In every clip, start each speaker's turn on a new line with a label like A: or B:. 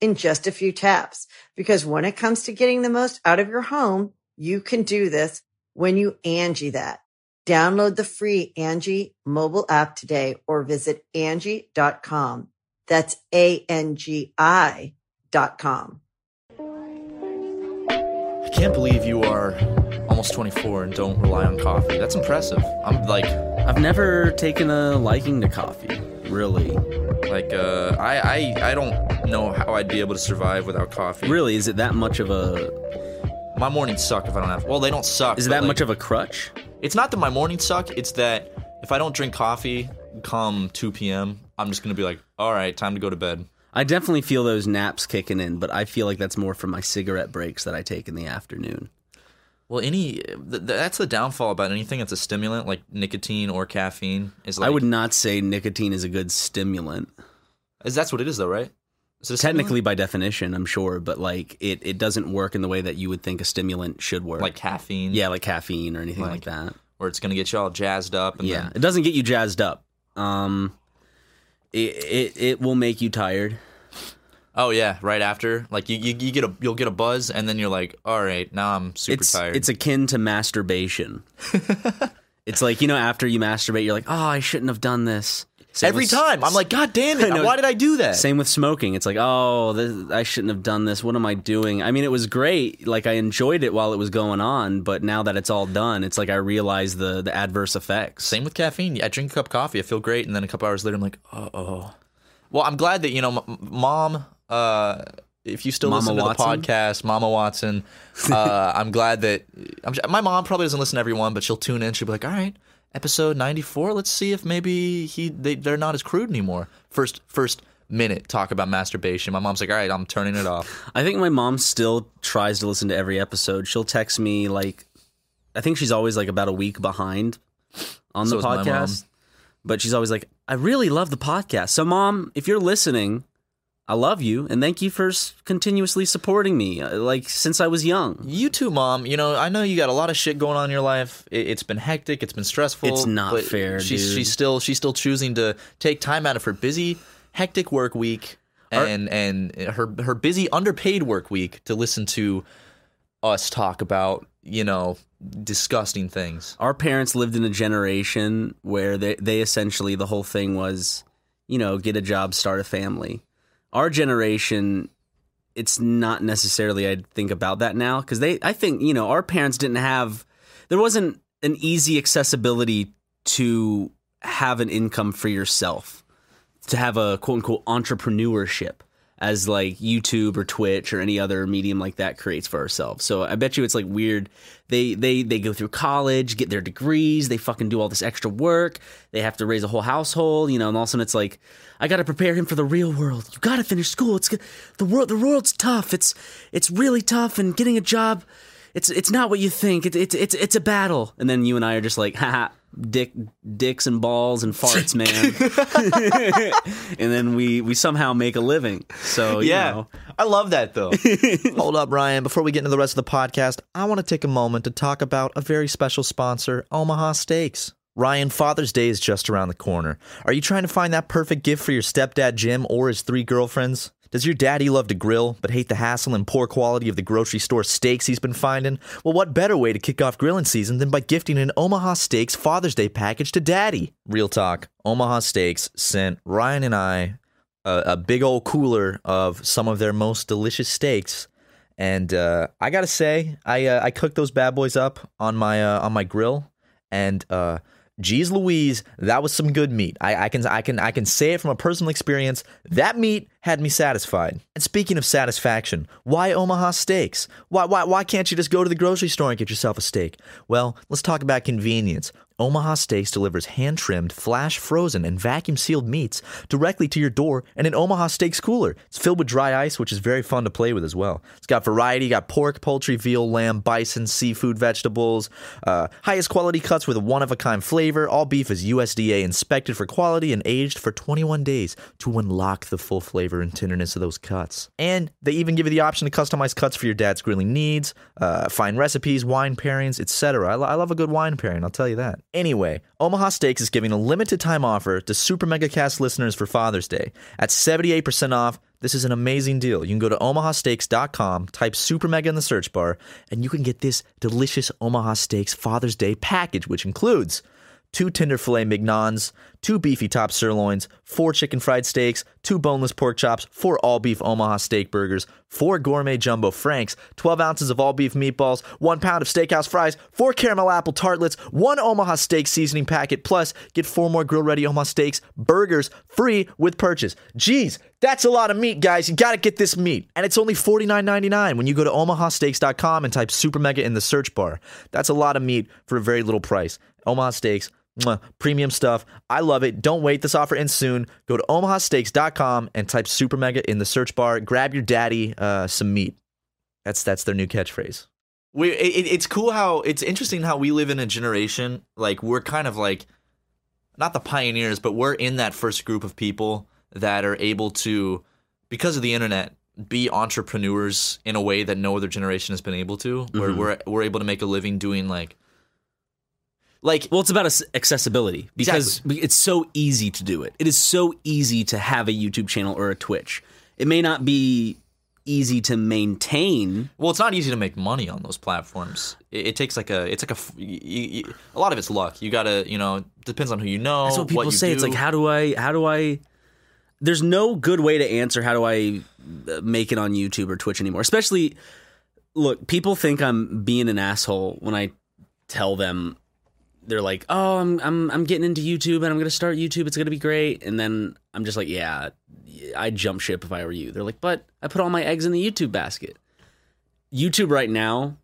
A: in just a few taps. Because when it comes to getting the most out of your home, you can do this when you Angie that. Download the free Angie mobile app today or visit Angie.com. That's A-N-G-I dot com.
B: I can't believe you are almost 24 and don't rely on coffee. That's impressive. I'm like,
C: I've never taken a liking to coffee, really.
B: like, uh, I, I, I don't know how I'd be able to survive without coffee.
C: Really, is it that much of a
B: My mornings suck if I don't have. Well, they don't suck.
C: is it
B: but,
C: that
B: like,
C: much of a crutch?
B: It's not that my mornings suck. It's that if I don't drink coffee come 2 p.m., I'm just gonna be like, all right, time to go to bed.
C: I definitely feel those naps kicking in, but I feel like that's more from my cigarette breaks that I take in the afternoon.
B: Well, any th- th- that's the downfall about anything that's a stimulant like nicotine or caffeine is like
C: I would not say nicotine is a good stimulant.
B: is that's what it is though, right? Is it a stimulant?
C: Technically, by definition, I'm sure, but like it, it doesn't work in the way that you would think a stimulant should work.
B: like caffeine,
C: yeah, like caffeine or anything like, that.
B: where it's gonna get you all jazzed up. And
C: Yeah,
B: then-
C: it doesn't get you jazzed up. Um, it, it it will make you tired.
B: oh yeah, right after, like you, you you get a you'll get a buzz, and then you're like, all right, now I'm super
C: it's
B: tired.
C: it's akin to masturbation. it's like you know after you masturbate, you're like, oh, I shouldn't have done this. Same
B: every
C: with-
B: time I'm like, God damn it!
C: I know.
B: Why did I do that?
C: Same with smoking. It's like, oh, this, I shouldn't have done this. What am I doing? I mean, it was great. Like I enjoyed it while it was going on, but now that it's all done, it's like I realize the the adverse effects.
B: Same with caffeine. I drink a cup of coffee, I feel great, and then a couple hours later, I'm like, uh oh. Well, I'm glad that you know, m- mom. Uh, if you still
C: Mama
B: listen to
C: Watson?
B: the podcast, Mama Watson, uh, I'm glad that I'm, my mom probably doesn't listen to everyone, but she'll tune in. She'll be like, all right. Episode ninety four. Let's see if maybe he they they're not as crude anymore. First first minute talk about masturbation. My mom's like, all right, I'm turning it off.
C: I think my mom still tries to listen to every episode. She'll text me like, I think she's always like about a week behind on
B: So
C: the
B: is my mom.
C: podcast, but she's always like, I really love the podcast. So, mom, if you're listening, I love you and thank you for s- continuously supporting me, uh, like since I was young.
B: You too, mom. You know I know you got a lot of shit going on in your life. It, it's been hectic. It's been stressful.
C: It's not
B: but
C: fair,
B: She's
C: dude.
B: she's still she's still choosing to take time out of her busy, hectic work week and and her her busy underpaid work week to listen to us talk about you know disgusting things.
C: Our parents lived in a generation where they, they essentially the whole thing was, you know, get a job, start a family. Our generation, it's not necessarily I think about that now because they I think you know our parents didn't have there wasn't an easy accessibility to have an income for yourself to have a quote unquote entrepreneurship as like YouTube or Twitch or any other medium like that creates for ourselves. So I bet you it's like weird. They they they go through college, get their degrees, they fucking do all this extra work. They have to raise a whole household, you know. And all of a sudden it's like, I got to prepare him for the real world. You got to finish school. It's good. the world. The world's tough. It's it's really tough. And getting a job, it's it's not what you think. It, it's it's it's a battle. And then you and I are just like, haha, dick dicks and balls and farts, man and then we we somehow make a living. So you know,
B: I love that though. Hold up, Ryan. Before we get into the rest of the podcast, I want to take a moment to talk about a very special sponsor, Omaha Steaks. Ryan, Father's Day is just around the corner. Are you trying to find that perfect gift for your stepdad, Jim, or his three girlfriends? Does your daddy love to grill, but hate the hassle and poor quality of the grocery store steaks he's been finding? Well, what better way to kick off grilling season than by gifting an Omaha Steaks Father's Day package to daddy? Real talk. Omaha Steaks sent Ryan and I a, a big old cooler of some of their most delicious steaks, And uh, I gotta say, I uh, I cooked those bad boys up on my uh, on my grill, and uh, geez Louise, that was some good meat. I, I can I can I can say it from a personal experience. That meat had me satisfied. And speaking of satisfaction, why Omaha steaks? Why why why can't you just go to the grocery store and get yourself a steak? Well, let's talk about convenience. Omaha Steaks delivers hand trimmed, flash frozen, and vacuum sealed meats directly to your door in an Omaha Steaks cooler. It's filled with dry ice, which is very fun to play with as well. It's got variety, you got pork, poultry, veal, lamb, bison, seafood, vegetables, uh, highest quality cuts with one of a kind flavor. All beef is USDA inspected for quality and aged for 21 days to unlock the full flavor and tenderness of those cuts. And they even give you the option to customize cuts for your dad's grilling needs, uh, find recipes, wine pairings, etc. I, lo- I love a good wine pairing, I'll tell you that. Anyway, Omaha Steaks is giving a limited time offer to Super Mega Cast listeners for Father's Day. At 78% off, this is an amazing deal. You can go to omahasteaks.com, type Super Mega in the search bar, and you can get this delicious Omaha Steaks Father's Day package, which includes two tender filet mignons, two beefy top sirloins, four chicken fried steaks, two boneless pork chops, four all beef Omaha steak burgers, four gourmet jumbo franks, 12 ounces of all beef meatballs, one pound of steakhouse fries, four caramel apple tartlets, one Omaha steak seasoning packet, plus get four more grill ready Omaha steaks burgers free with purchase. Jeez, that's a lot of meat, guys. You gotta get this meat. And it's only $49.99 when you go to omahasteaks.com and type super mega in the search bar. That's a lot of meat for a very little price. Omaha Steaks, mwah, premium stuff. I love it. Don't wait. This offer ends soon. Go to omahasteaks.com and type super mega in the search bar. Grab your daddy uh, some meat. That's that's their new catchphrase. We it, it's cool how it's interesting how we live in a generation like we're kind of like not the pioneers, but we're in that first group of people that are able to because of the internet be entrepreneurs in a way that no other generation has been able to. Where
C: Mhm.
B: we're we're able to make a living doing like like
C: Well, it's about ac- accessibility because it's so easy to do it. It is so easy to have a YouTube channel or a Twitch. It may not be easy to maintain.
B: Well, it's not easy to make money on those platforms. It, it takes like a, it's like a, f- y- y- y- a lot of it's luck. You gotta, you know, depends on who you know.
C: That's what people
B: you
C: say. It's
B: do.
C: like how do I? How do I? There's no good way to answer how do I uh, make it on YouTube or Twitch anymore. Especially, look, people think I'm being an asshole when I tell them. They're like, "Oh, I'm I'm I'm getting into YouTube and I'm gonna start YouTube. It's gonna be great." And then I'm just like, "Yeah, I'd jump ship if I were you." They're like, "But I put all my eggs in the YouTube basket." YouTube right now,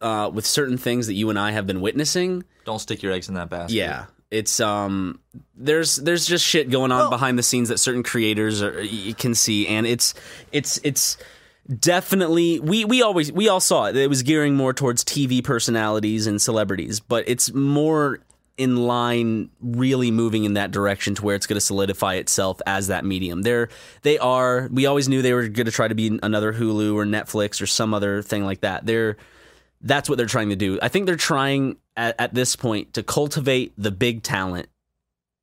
C: uh, with certain things that you and I have been witnessing,
B: don't stick your eggs in that basket.
C: yeah, it's um, there's there's just shit going on
B: Well-
C: behind the scenes that certain creators are, you can see, and it's it's it's definitely we we always we all saw it. It was gearing more towards TV personalities and celebrities, but it's more in line really moving in that direction to where it's going to solidify itself as that medium. They're they are we always knew they were going to try to be another Hulu or Netflix or some other thing like that. They're that's what they're trying to do. I think they're trying at, at this point to cultivate the big talent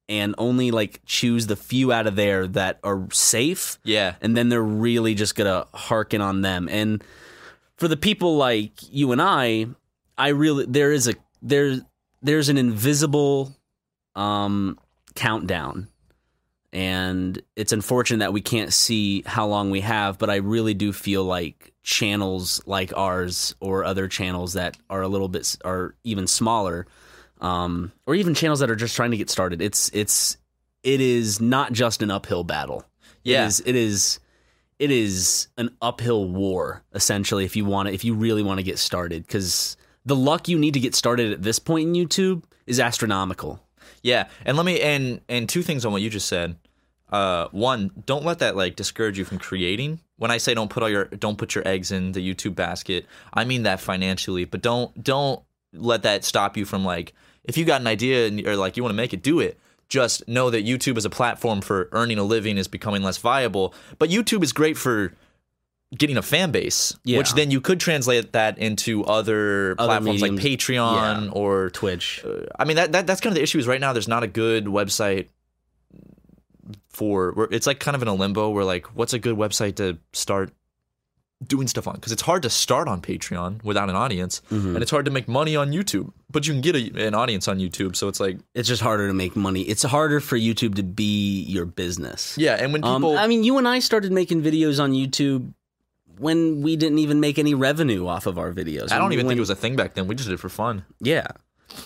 C: and only like choose the few out of there that are safe
B: yeah.
C: and then they're really just gonna hearken on them. And for the people like you and I, I really there is a there there's an invisible um, countdown, and it's unfortunate that we can't see how long we have. But I really do feel like channels like ours or other channels that are a little bit s- are even smaller. Um, or even channels that are just trying to get started. It's it's it is not just an uphill battle.
B: Yeah.
C: It is it is it is an uphill war essentially if you want to, if you really want to get started cuz the luck you need to get started at this point in YouTube is astronomical.
B: Yeah, and let me and and two things on what you just said. Uh, one, don't let that like discourage you from creating. When I say don't put all your don't put your eggs in the YouTube basket, I mean that financially. But don't don't let that stop you from like if you got an idea and or like you want to make it, do it. Just know that YouTube as a platform for earning a living is becoming less viable. But YouTube is great for getting a fan base,
C: Yeah.
B: which then you could translate that into other, platforms like
C: mediums.
B: Patreon
C: Yeah.
B: or
C: Twitch.
B: I mean that, that that's kind of the issue is right now there's not a good website for we're- it's like kind of in a limbo where like what's a good website to start doing stuff on because it's hard to start on Patreon without an audience
C: Mm-hmm.
B: and it's hard to make money on YouTube but you can get a, an audience on YouTube so it's like
C: It's just harder to make money. It's harder for YouTube to be your business.
B: yeah and when
C: Um,
B: people
C: I mean, you and I started making videos on YouTube when we didn't even make any revenue off of our videos.
B: I don't even
C: When-
B: think it was a thing back then. We just did it for fun.
C: Yeah.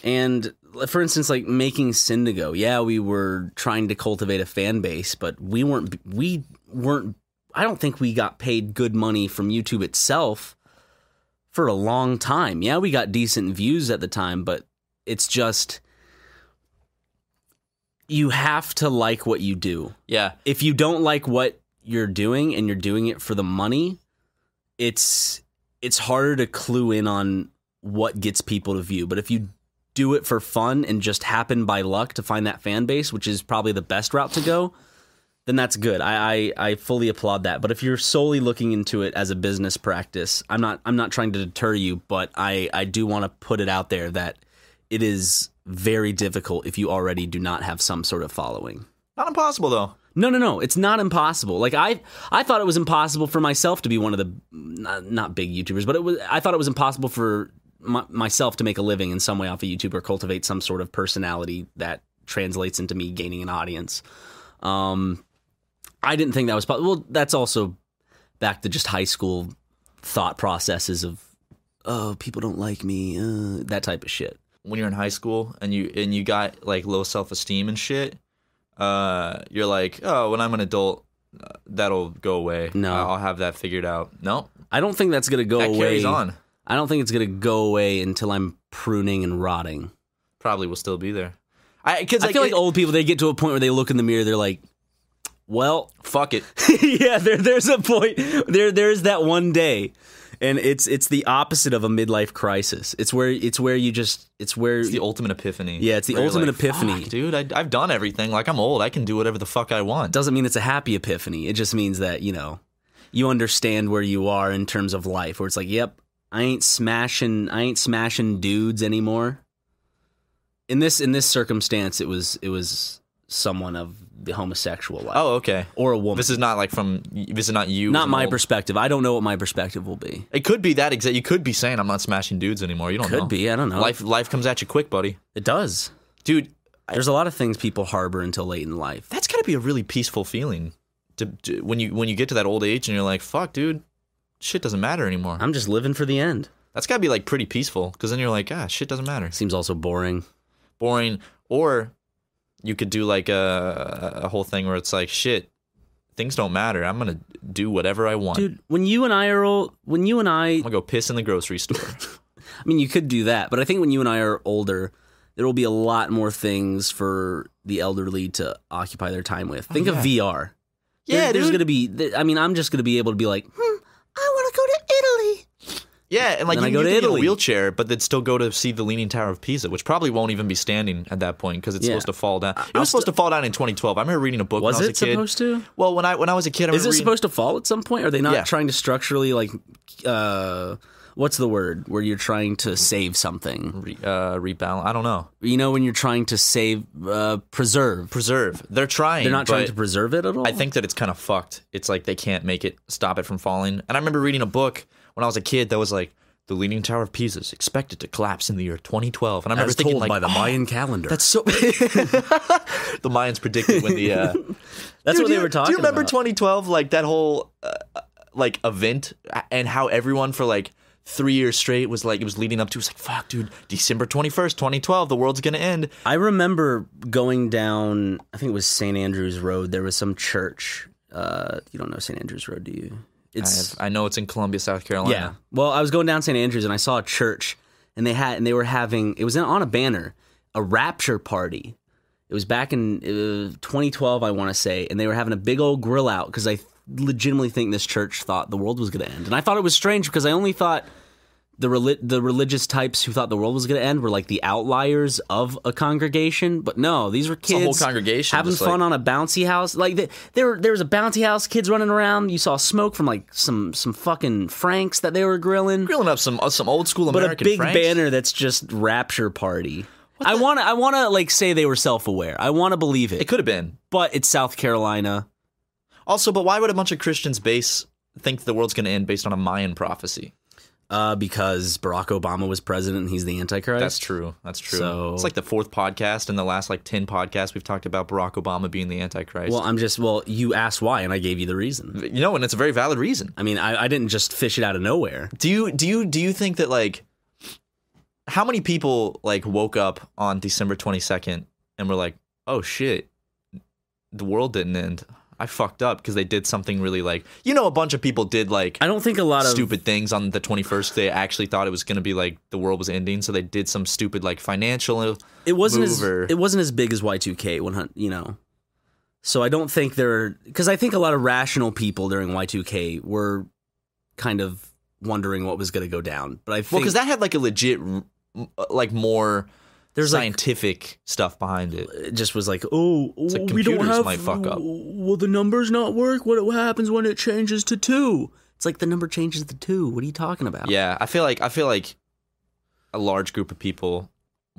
C: And like, for instance, like making Syndigo, yeah, we were trying to cultivate a fan base, but we weren't, we weren't, I don't think we got paid good money from YouTube itself for a long time. Yeah, we got decent views at the time, but it's just, you have to like what you do.
B: Yeah.
C: If you don't like what you're doing and you're doing it for the money, it's it's harder to clue in on what gets people to view. But if you do it for fun and just happen by luck to find that fan base, which is probably the best route to go, then that's good. I, I, I fully applaud that. But if you're solely looking into it as a business practice, I'm not I'm not trying to deter you, but I, I do want to put it out there that it is very difficult if you already do not have some sort of following.
B: Not impossible though.
C: No, no, no. It's not impossible. Like I, I thought it was impossible for myself to be one of the not, not big YouTubers, but it was. I thought it was impossible for my, myself to make a living in some way off of YouTube or cultivate some sort of personality that translates into me gaining an audience. Um, I didn't think that was possible. Well, that's also back to just high school thought processes of, oh, people don't like me, uh, that type of shit.
B: When you're in high school and you and you got like low self esteem and shit, uh, you're like, oh, when I'm an adult, uh, that'll go away.
C: No.
B: I'll have that figured out. No,
C: I don't think that's gonna go
B: that
C: away.
B: carries on.
C: I don't think it's gonna go away until I'm pruning and rotting.
B: Probably will still be there. I because
C: I feel like old people they get to a point where they look in the mirror they're like well
B: fuck it.
C: yeah there there's a point there there's that one day and it's it's the opposite of a midlife crisis it's where it's where you just it's where
B: It's the ultimate epiphany.
C: Yeah, it's the
B: Where you're
C: ultimate
B: like,
C: epiphany.
B: "Fuck, dude. I, I've done everything. Like I'm old. I can do whatever the fuck I want.
C: doesn't mean it's a happy epiphany it just means that you know you understand where you are in terms of life where it's like yep I ain't smashing I ain't smashing dudes anymore in this in this circumstance it was it was someone of the homosexual life
B: Oh, okay.
C: or a woman
B: This is not like from. This is not you.
C: not
B: from
C: my
B: old.
C: perspective. I don't know what my perspective will be.
B: It could be that exact. You could be saying I'm not smashing dudes anymore. You don't
C: Could
B: know.
C: be. I don't know.
B: Life life comes at you quick, buddy.
C: it does.
B: Dude,
C: There's a lot of things people harbor until late in life.
B: that's gotta be a really peaceful feeling. To, to- when you when you get to that old age and you're like, fuck, dude, shit doesn't matter anymore.
C: I'm just living for the end.
B: That's gotta be like pretty peaceful because then you're like, ah, shit doesn't matter. It's
C: Seems also boring.
B: boring. Or you could do like a a whole thing where it's like, shit, things don't matter. I'm gonna do whatever I want.
C: Dude, when you and I are old, when you and I,
B: I'm gonna go piss in the grocery store.
C: I mean, you could do that, but I think when you and I are older, there will be a lot more things for the elderly to occupy their time with. Think
B: Oh, yeah.
C: of VR.
B: yeah,
C: There- there's
B: dude.
C: gonna be. th- I mean, I'm just gonna be able to be like, hmm, I want to go to Italy.
B: Yeah, and like
C: Then
B: you,
C: I go
B: you could
C: to
B: be in a
C: Italy.
B: wheelchair, but then still go to see the Leaning Tower of Pisa, which probably won't even be standing at that point because it's
C: Yeah.
B: supposed to fall down. It
C: I'll
B: was supposed to fall down in 2012. I remember reading a book.
C: Was
B: when I
C: it
B: was a kid.
C: supposed to?
B: Well, when I when I was a kid, I
C: Is
B: remember
C: it
B: reading-
C: supposed to fall at some point? Are they not
B: Yeah.
C: trying to structurally like uh what's the word where you're trying to save something?
B: re, uh, rebalance? I don't know.
C: You know when you're trying to save uh preserve.
B: Preserve. They're trying.
C: They're not trying
B: but
C: to preserve it at all?
B: I think that it's kind of fucked. It's like they can't make it stop it from falling. And I remember reading a book when I was a kid that was like the Leaning Tower of Pisa is expected to collapse in the year 2012, and I
C: I
B: remember
C: was
B: thinking
C: told
B: like,
C: by the
B: "Oh,
C: Mayan calendar.
B: That's so. the Mayans predicted when the. Uh,
C: That's
B: Dude,
C: what
B: do
C: they
B: you-
C: were talking
B: Do you remember
C: about.
B: 2012, like that whole uh, like event, uh, and how everyone for like three years straight was like it was leading up to it was like fuck, dude, December 21st, 2012, the world's gonna end.
C: I remember going down I think it was St. Andrew's Road. There was some church. Uh you don't know St. Andrew's Road, do you?
B: I,
C: It's
B: have- I know it's in Columbia, South Carolina.
C: Yeah. Well, I was going down St. Andrews and I saw a church and they had and they were having it was in, on a banner a rapture party. It was back in uh, 2012, I want to say, and they were having a big old grill out because I legitimately think this church thought the world was going to end, and I thought it was strange because I only thought the reli- the religious types who thought the world was going to end were like the outliers of a congregation, but no, these were
B: a
C: kids,
B: whole congregation,
C: having
B: just
C: fun
B: like-
C: on a bouncy house. Like th- there, were- there was a bouncy house, kids running around. You saw smoke from like some some fucking franks that they were grilling,
B: Grilling up some uh, some old school
C: but
B: American
C: a big
B: Franks.
C: banner that's just rapture party. I want to, I want to like say they were self aware. I want to believe
B: It
C: it,
B: could have been.
C: but it's South Carolina.
B: Also, but why would a bunch of Christians base think the world's gonna end based on a Mayan prophecy?
C: Uh, because Barack Obama was president and he's the Antichrist.
B: That's true. That's true.
C: So-
B: it's like the fourth podcast in the last like 10 podcasts we've talked about Barack Obama being the Antichrist.
C: Well, I'm just, well, you asked why and I gave you the reason.
B: you know, and it's a very valid reason.
C: I mean, I, I didn't just fish it out of nowhere.
B: Do you do you do you think that like how many people like woke up on December 22nd and were like, "Oh shit, the world didn't end. I fucked up because they did something really like you know a bunch of people did like
C: I don't think a lot of
B: stupid things on the 21st they actually thought it was going to be like the world was ending so they did some stupid like financial
C: it wasn't as
B: mover.
C: it wasn't as big as Y2K 100, you know. So I don't think there cuz I think a lot of rational people during Y2K were kind of wondering what was going to go down. But I think
B: well because that had like a legit r- m- like more
C: there's like uh,
B: scientific stuff behind it
C: it just was like, "Oh,
B: like
C: we don't
B: computers
C: have
B: might fuck up.
C: Will the numbers not work? What what happens when it changes to 2?" It's like the number changes to 2. What are you talking about?
B: yeah i feel like i feel like a large group of people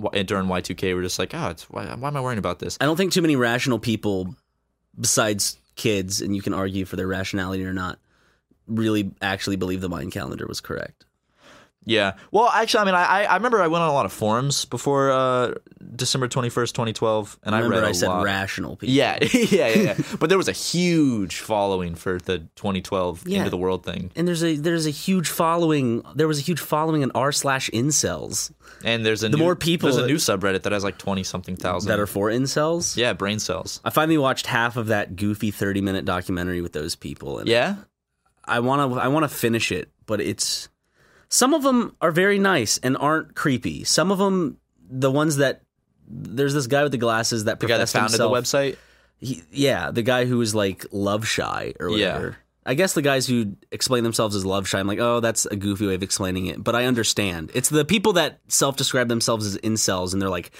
B: w- during y2k were just like oh it's, why, why am i worrying about this
C: I don't think too many rational people, besides kids, and you can argue for their rationality or not, really actually believe the Mayan calendar was correct.
B: yeah well actually i mean i i I remember i went on a lot of forums before uh december 21st 2012 and i,
C: remember
B: read a
C: I said
B: lot.
C: rational people.
B: Yeah, yeah, yeah, yeah. but there was a huge following for the 2012
C: Yeah.
B: end of the world thing,
C: And there's a there's a huge following. There was a huge following in r slash incels
B: and there's a
C: The
B: new-
C: more people
B: There's a
C: that-
B: new subreddit that has like 20 something thousand.
C: that are for incels.
B: yeah, brain cells.
C: I finally watched half of that goofy thirty minute documentary with those people. And
B: Yeah,
C: I want to I want to finish it, but it's some of them are very nice and aren't creepy. Some of them, the ones that there's this guy with the glasses that
B: the guy that
C: professed
B: founded
C: himself-
B: the website.
C: he, yeah, the guy who was like love shy or
B: Yeah.
C: whatever. I guess the guys who explain themselves as love shy, I'm like, oh, that's a goofy way of explaining it, but I understand. It's the people that self describe themselves as incels, and they're like,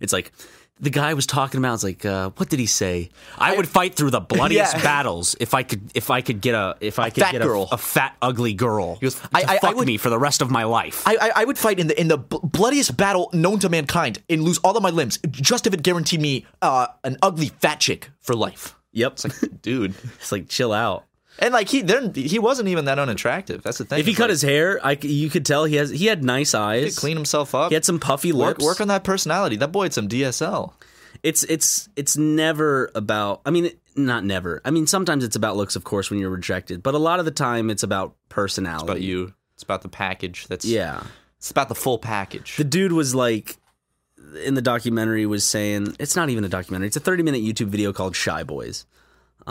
C: it's like, the guy was talking about. It's like, uh, what did he say? I, would fight through the bloodiest
B: Yeah.
C: battles if I could, if I could get a, if I could
B: fat
C: get a,
B: girl.
C: a fat ugly girl.
B: goes,
C: to
B: "I- I- I
C: fuck
B: would-
C: me for the rest of my life.
B: I, I I would fight in the in the bl- bloodiest battle known to mankind and lose all of my limbs just if it guaranteed me uh, an ugly fat chick for life.
C: yep, it's like,
B: Dude,
C: chill out.
B: and like he then he wasn't even that unattractive. That's the thing.
C: If he
B: It's
C: cut
B: like,
C: his hair, I c you could tell he has he had nice
B: he
C: eyes.
B: could clean himself up,
C: He had some puffy
B: work
C: lips.
B: work on that personality. That boy had some DSL.
C: it's it's it's never about i mean not never i mean sometimes it's about looks of course when you're rejected but a lot of the time it's about personality
B: about you. It's about the package. That's
C: yeah
B: It's about the full package.
C: the dude was like in the documentary was saying it's not even a documentary it's a 30 minute youtube video called shy boys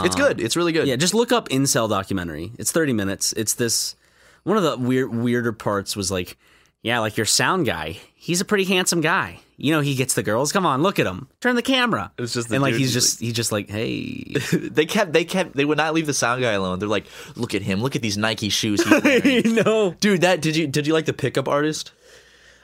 B: it's good. It's really good.
C: yeah just look up incel documentary it's 30 minutes it's this one of the weird weirder parts was like yeah like your sound guy he's a pretty handsome guy you know he gets the girls come on look at him turn the camera it
B: was just the
C: and like
B: dude
C: he's
B: who's
C: just he's just like hey
B: they kept. They kept. They would not leave the sound guy alone. They're like, look at him. Look at these Nike shoes. He's wearing.
C: no
B: Dude, that did you did you like the pickup artist?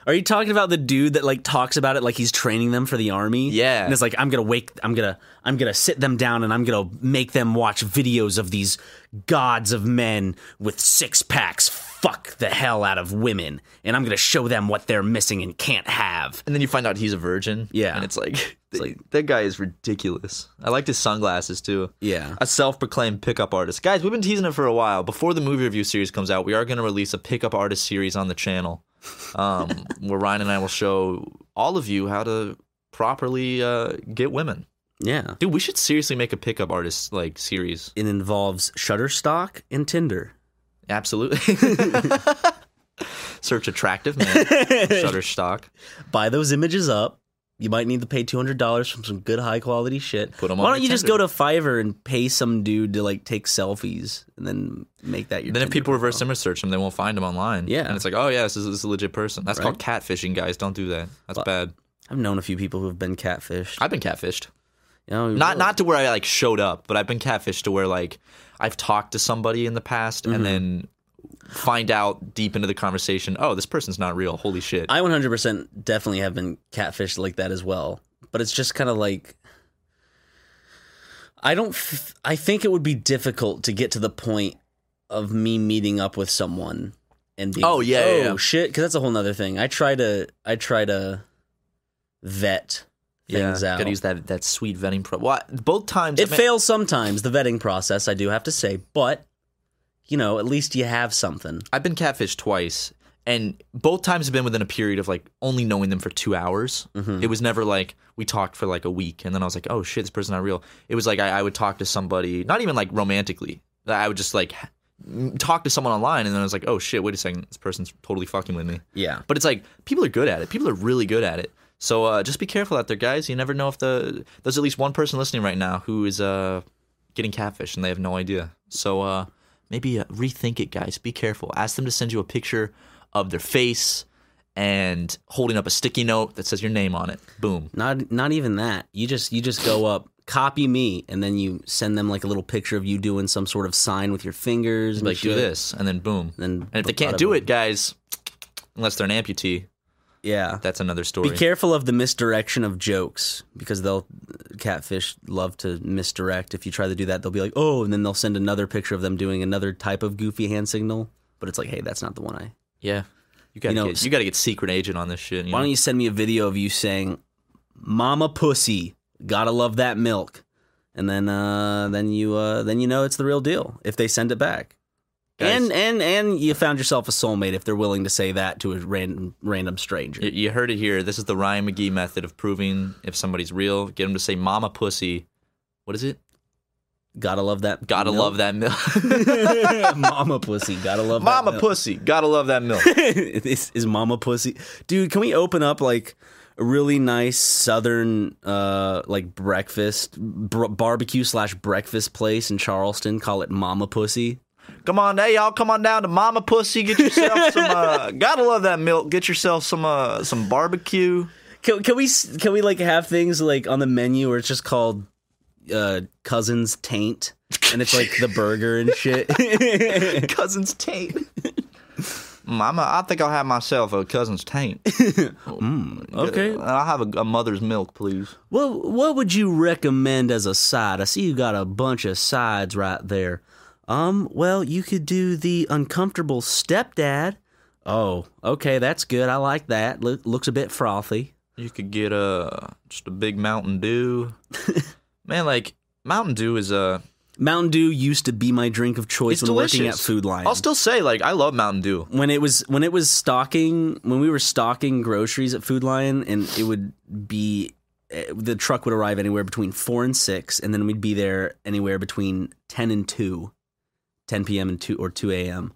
C: Are you talking about the dude that like talks about it like he's training them for the army?
B: Yeah.
C: And it's like I'm gonna wake I'm gonna I'm gonna sit them down and I'm gonna make them watch videos of these gods of men with six packs fuck the hell out of women and I'm gonna show them what they're missing and can't have.
B: And then you find out he's a virgin.
C: Yeah.
B: and it's like,
C: like-
B: that guy is ridiculous. I liked his sunglasses too.
C: Yeah.
B: a self-proclaimed pickup artist. Guys, we've been teasing it for a while. Before the movie review series comes out, we are going to release a pickup artist series on the channel, um, where Ryan and I will show all of you how to properly uh, get women.
C: Yeah.
B: Dude, we should seriously make a pickup artist like series.
C: It involves Shutterstock and Tinder.
B: Absolutely. Search attractive man. Shutterstock.
C: Buy those images up. You might need to pay two hundred dollars from some good high quality shit.
B: Put 'em
C: Why
B: on
C: don't
B: your
C: you just go
B: Tinder.
C: to Fiverr and pay some dude to like take selfies and then make that your
B: Then if
C: Tinder
B: people
C: profile?
B: reverse image search them, they won't find them online.
C: Yeah.
B: And it's like, oh yeah, this is, this is a legit person. That's called catfishing, guys. Don't do that. That's bad.
C: I've known a few people who have been catfished.
B: I've been catfished.
C: You know,
B: Not
C: really-
B: not to where I like showed up, but I've been catfished to where like I've talked to somebody in the past and then find out deep into the conversation, oh, this person's not real. Holy shit.
C: I 100% definitely have been catfished like that as well. But it's just kind of like I don't f- I think it would be difficult to get to the point of me meeting up with someone and being
B: Oh,
C: like,
B: yeah,
C: oh
B: yeah, yeah."
C: shit cuz that's a whole nother thing. I try to I try to vet things out.
B: Gotta use that that sweet vetting pro. Well, I- both times I
C: it
B: mean-
C: fails sometimes the vetting process, I do have to say, but you know, at least you have something.
B: I've been catfished twice, And both times have been within a period of like only knowing them for two hours.
C: Mhm.
B: It was never like we talked for like a week and then I was like, oh shit, this person's not real. It was like I, I would talk to somebody, not even like romantically. I would just like talk to someone online and then I was like, oh shit, wait a second, this person's totally fucking with me.
C: Yeah.
B: But it's like people are good at it. People are really good at it. So uh, just be careful out there, guys. You never know if the there's at least one person listening right now who is uh, getting catfish and they have no idea. So uh, maybe uh, rethink it, guys. Be careful. Ask them to send you a picture of their face and holding up a sticky note that says your name on it. Boom.
C: Not not even that. You just you just go up, copy me, and then you send them like a little picture of you doing some sort of sign with your fingers. and
B: Like do
C: shit.
B: this, and then boom.
C: Then
B: And if they can't do it, guys, unless they're an amputee,
C: yeah.
B: that's another story.
C: Be careful of the misdirection of jokes because they'll catfish love to misdirect. If you try to do that, they'll be like, "Oh," and then they'll send another picture of them doing another type of goofy hand signal. But it's like, "Hey, that's not the one I."
B: yeah. You gotta
C: You know,
B: get, you gotta get secret agent on this shit. You
C: Why
B: know?
C: don't you send me a video of you saying, "Mama pussy, gotta love that milk," and then uh, then you uh, then you know it's the real deal if they send it back.
B: Guys.
C: And and and you found yourself a soulmate if they're willing to say that to a random random stranger.
B: You, you heard it here. This is the Ryan McGee method of proving if somebody's real. Get them to say "mama pussy." What is it?
C: Gotta love that.
B: Gotta
C: milk.
B: love that milk.
C: mama pussy. Gotta love that
B: mama
C: milk.
B: pussy. Gotta love that milk.
C: is, is mama pussy dude can we open up like a really nice southern uh like breakfast br- barbecue slash breakfast place in charleston call it mama pussy
B: come on, hey y'all, come on down to Mama Pussy. Get yourself some. Uh, gotta love that milk. Get yourself some uh, some barbecue.
C: can, can we s- can we like have things like on the menu where it's just called uh cousins taint and it's like the burger and shit
B: Cousin's taint. Mama, Mm, I think I'll have myself a cousin's taint.
C: okay
B: And I'll have a, a mother's milk, please.
C: What what would you recommend as a side? I see you got a bunch of sides right there. Um, well, you could do the uncomfortable stepdad. Oh, okay, that's good. I like that. Look, looks a bit frothy.
B: You could get a just a big Mountain Dew. Man, like Mountain Dew is uh, a
C: Mountain Dew used to be my drink of choice
B: it's
C: when
B: delicious.
C: working at Food Lion.
B: I'll still say like I love Mountain Dew.
C: when it was when it was stocking when we were stocking groceries at Food Lion and it would be eh, the truck would arrive anywhere between 4 and 6 and then we'd be there anywhere between 10 and 2 10 p.m. and 2 or 2 a.m.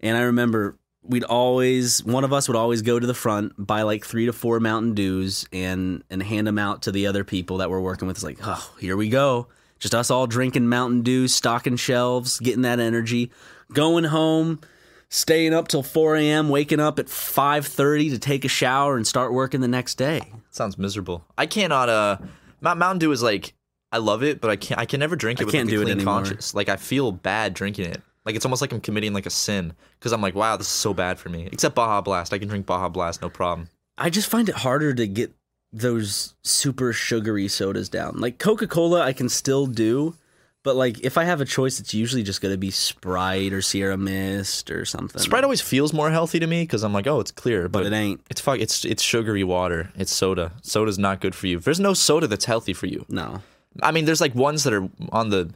C: and i remember we'd always one of us would always go to the front buy like 3 to 4 mountain dews and and hand them out to the other people that we're working with it's like oh here we go just us all drinking mountain dew stocking shelves getting that energy going home staying up till 4 a.m waking up at 5.30 to take a shower and start working the next day
B: sounds miserable. I cannot. Uh, Mount Mountain Dew is like I love it, but I can't. I can never drink it
C: I
B: with
C: can't
B: like, a
C: do it
B: clean
C: anymore.
B: conscience. Like I feel bad drinking it. Like it's almost like I'm committing like a sin because I'm like, wow, this is so bad for me. Except Baja Blast, I can drink Baja Blast, no problem.
C: i just find it harder to get those super sugary sodas down like coca-cola i can still do but like if i have a choice it's usually just going to be sprite or sierra mist or something
B: Sprite always feels more healthy to me because I'm like, oh, it's clear, but,
C: but it ain't
B: It's fuck. It's it's sugary water. It's soda. Soda's not good for you. There's no soda that's healthy for you.
C: no
B: I mean, there's like ones that are on the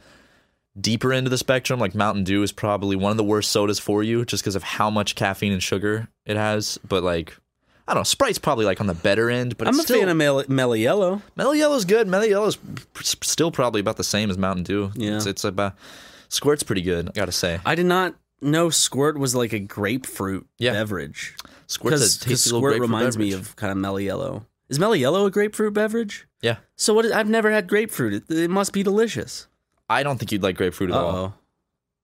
B: deeper end of the spectrum. Like Mountain Dew is probably one of the worst sodas for you, just because of how much caffeine and sugar it has. But like, I don't know. Sprite's probably like on the better end. But
C: i'm
B: it's
C: a
B: still,
C: fan of Mel- Meliello.
B: Mellow Yellow's good. Mellow Yellow's p- p- still probably about the same as Mountain Dew.
C: Yeah.
B: it's, it's about Squirt's pretty good. I gotta say,
C: i did not know squirt was like a grapefruit
B: Yeah.
C: beverage
B: Squirt's
C: because
B: a tasty little
C: squirt
B: grapefruit
C: reminds me
B: beverage.
C: of kind of Meliello. is Meliello a grapefruit beverage
B: yeah.
C: So what? Is, I've never had grapefruit. It, it must be delicious.
B: I don't think you'd like grapefruit at all.
C: Oh,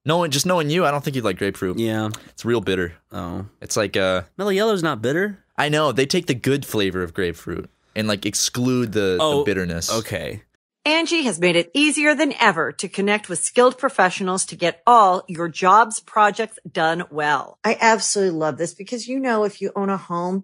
B: Knowing just knowing you, I don't think you'd like grapefruit.
C: yeah.
B: It's real bitter.
C: Oh,
B: It's like uh,
C: mellow yellow's not bitter.
B: I know they take the good flavor of grapefruit and like exclude the, the
C: Oh,
B: bitterness.
C: Okay.
A: Angie has made it easier than ever to connect with skilled professionals to get all your jobs projects done well. I absolutely love this because, you know, if you own a home,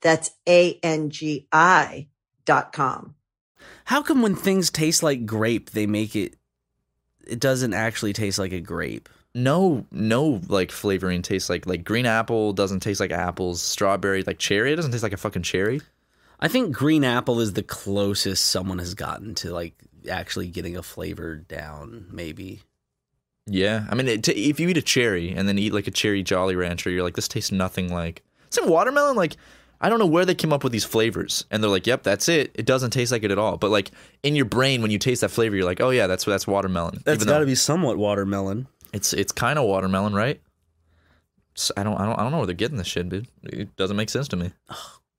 A: That's A-N-G-I dot com.
C: How come when things taste like grape, they make it? It doesn't actually taste like a grape.
B: No, no, like flavoring tastes like like green apple doesn't taste like apples. Strawberry, like cherry, it doesn't taste like a fucking cherry.
C: I think green apple is the closest someone has gotten to like actually getting a flavor down. Maybe
B: Yeah, I mean, it, t- if you eat a cherry and then eat like a cherry Jolly Rancher, you're like, this tastes nothing like. Same watermelon, like I don't know where they came up with these flavors, and they're like, yep, that's it. It doesn't taste like it at all. But like in your brain, when you taste that flavor, you're like, oh yeah, that's that's watermelon.
C: that's
B: Even
C: got
B: though
C: to be somewhat watermelon.
B: It's it's kind of watermelon, right? S- I don't I don't I don't know where they're getting this shit, dude. It doesn't make sense to me.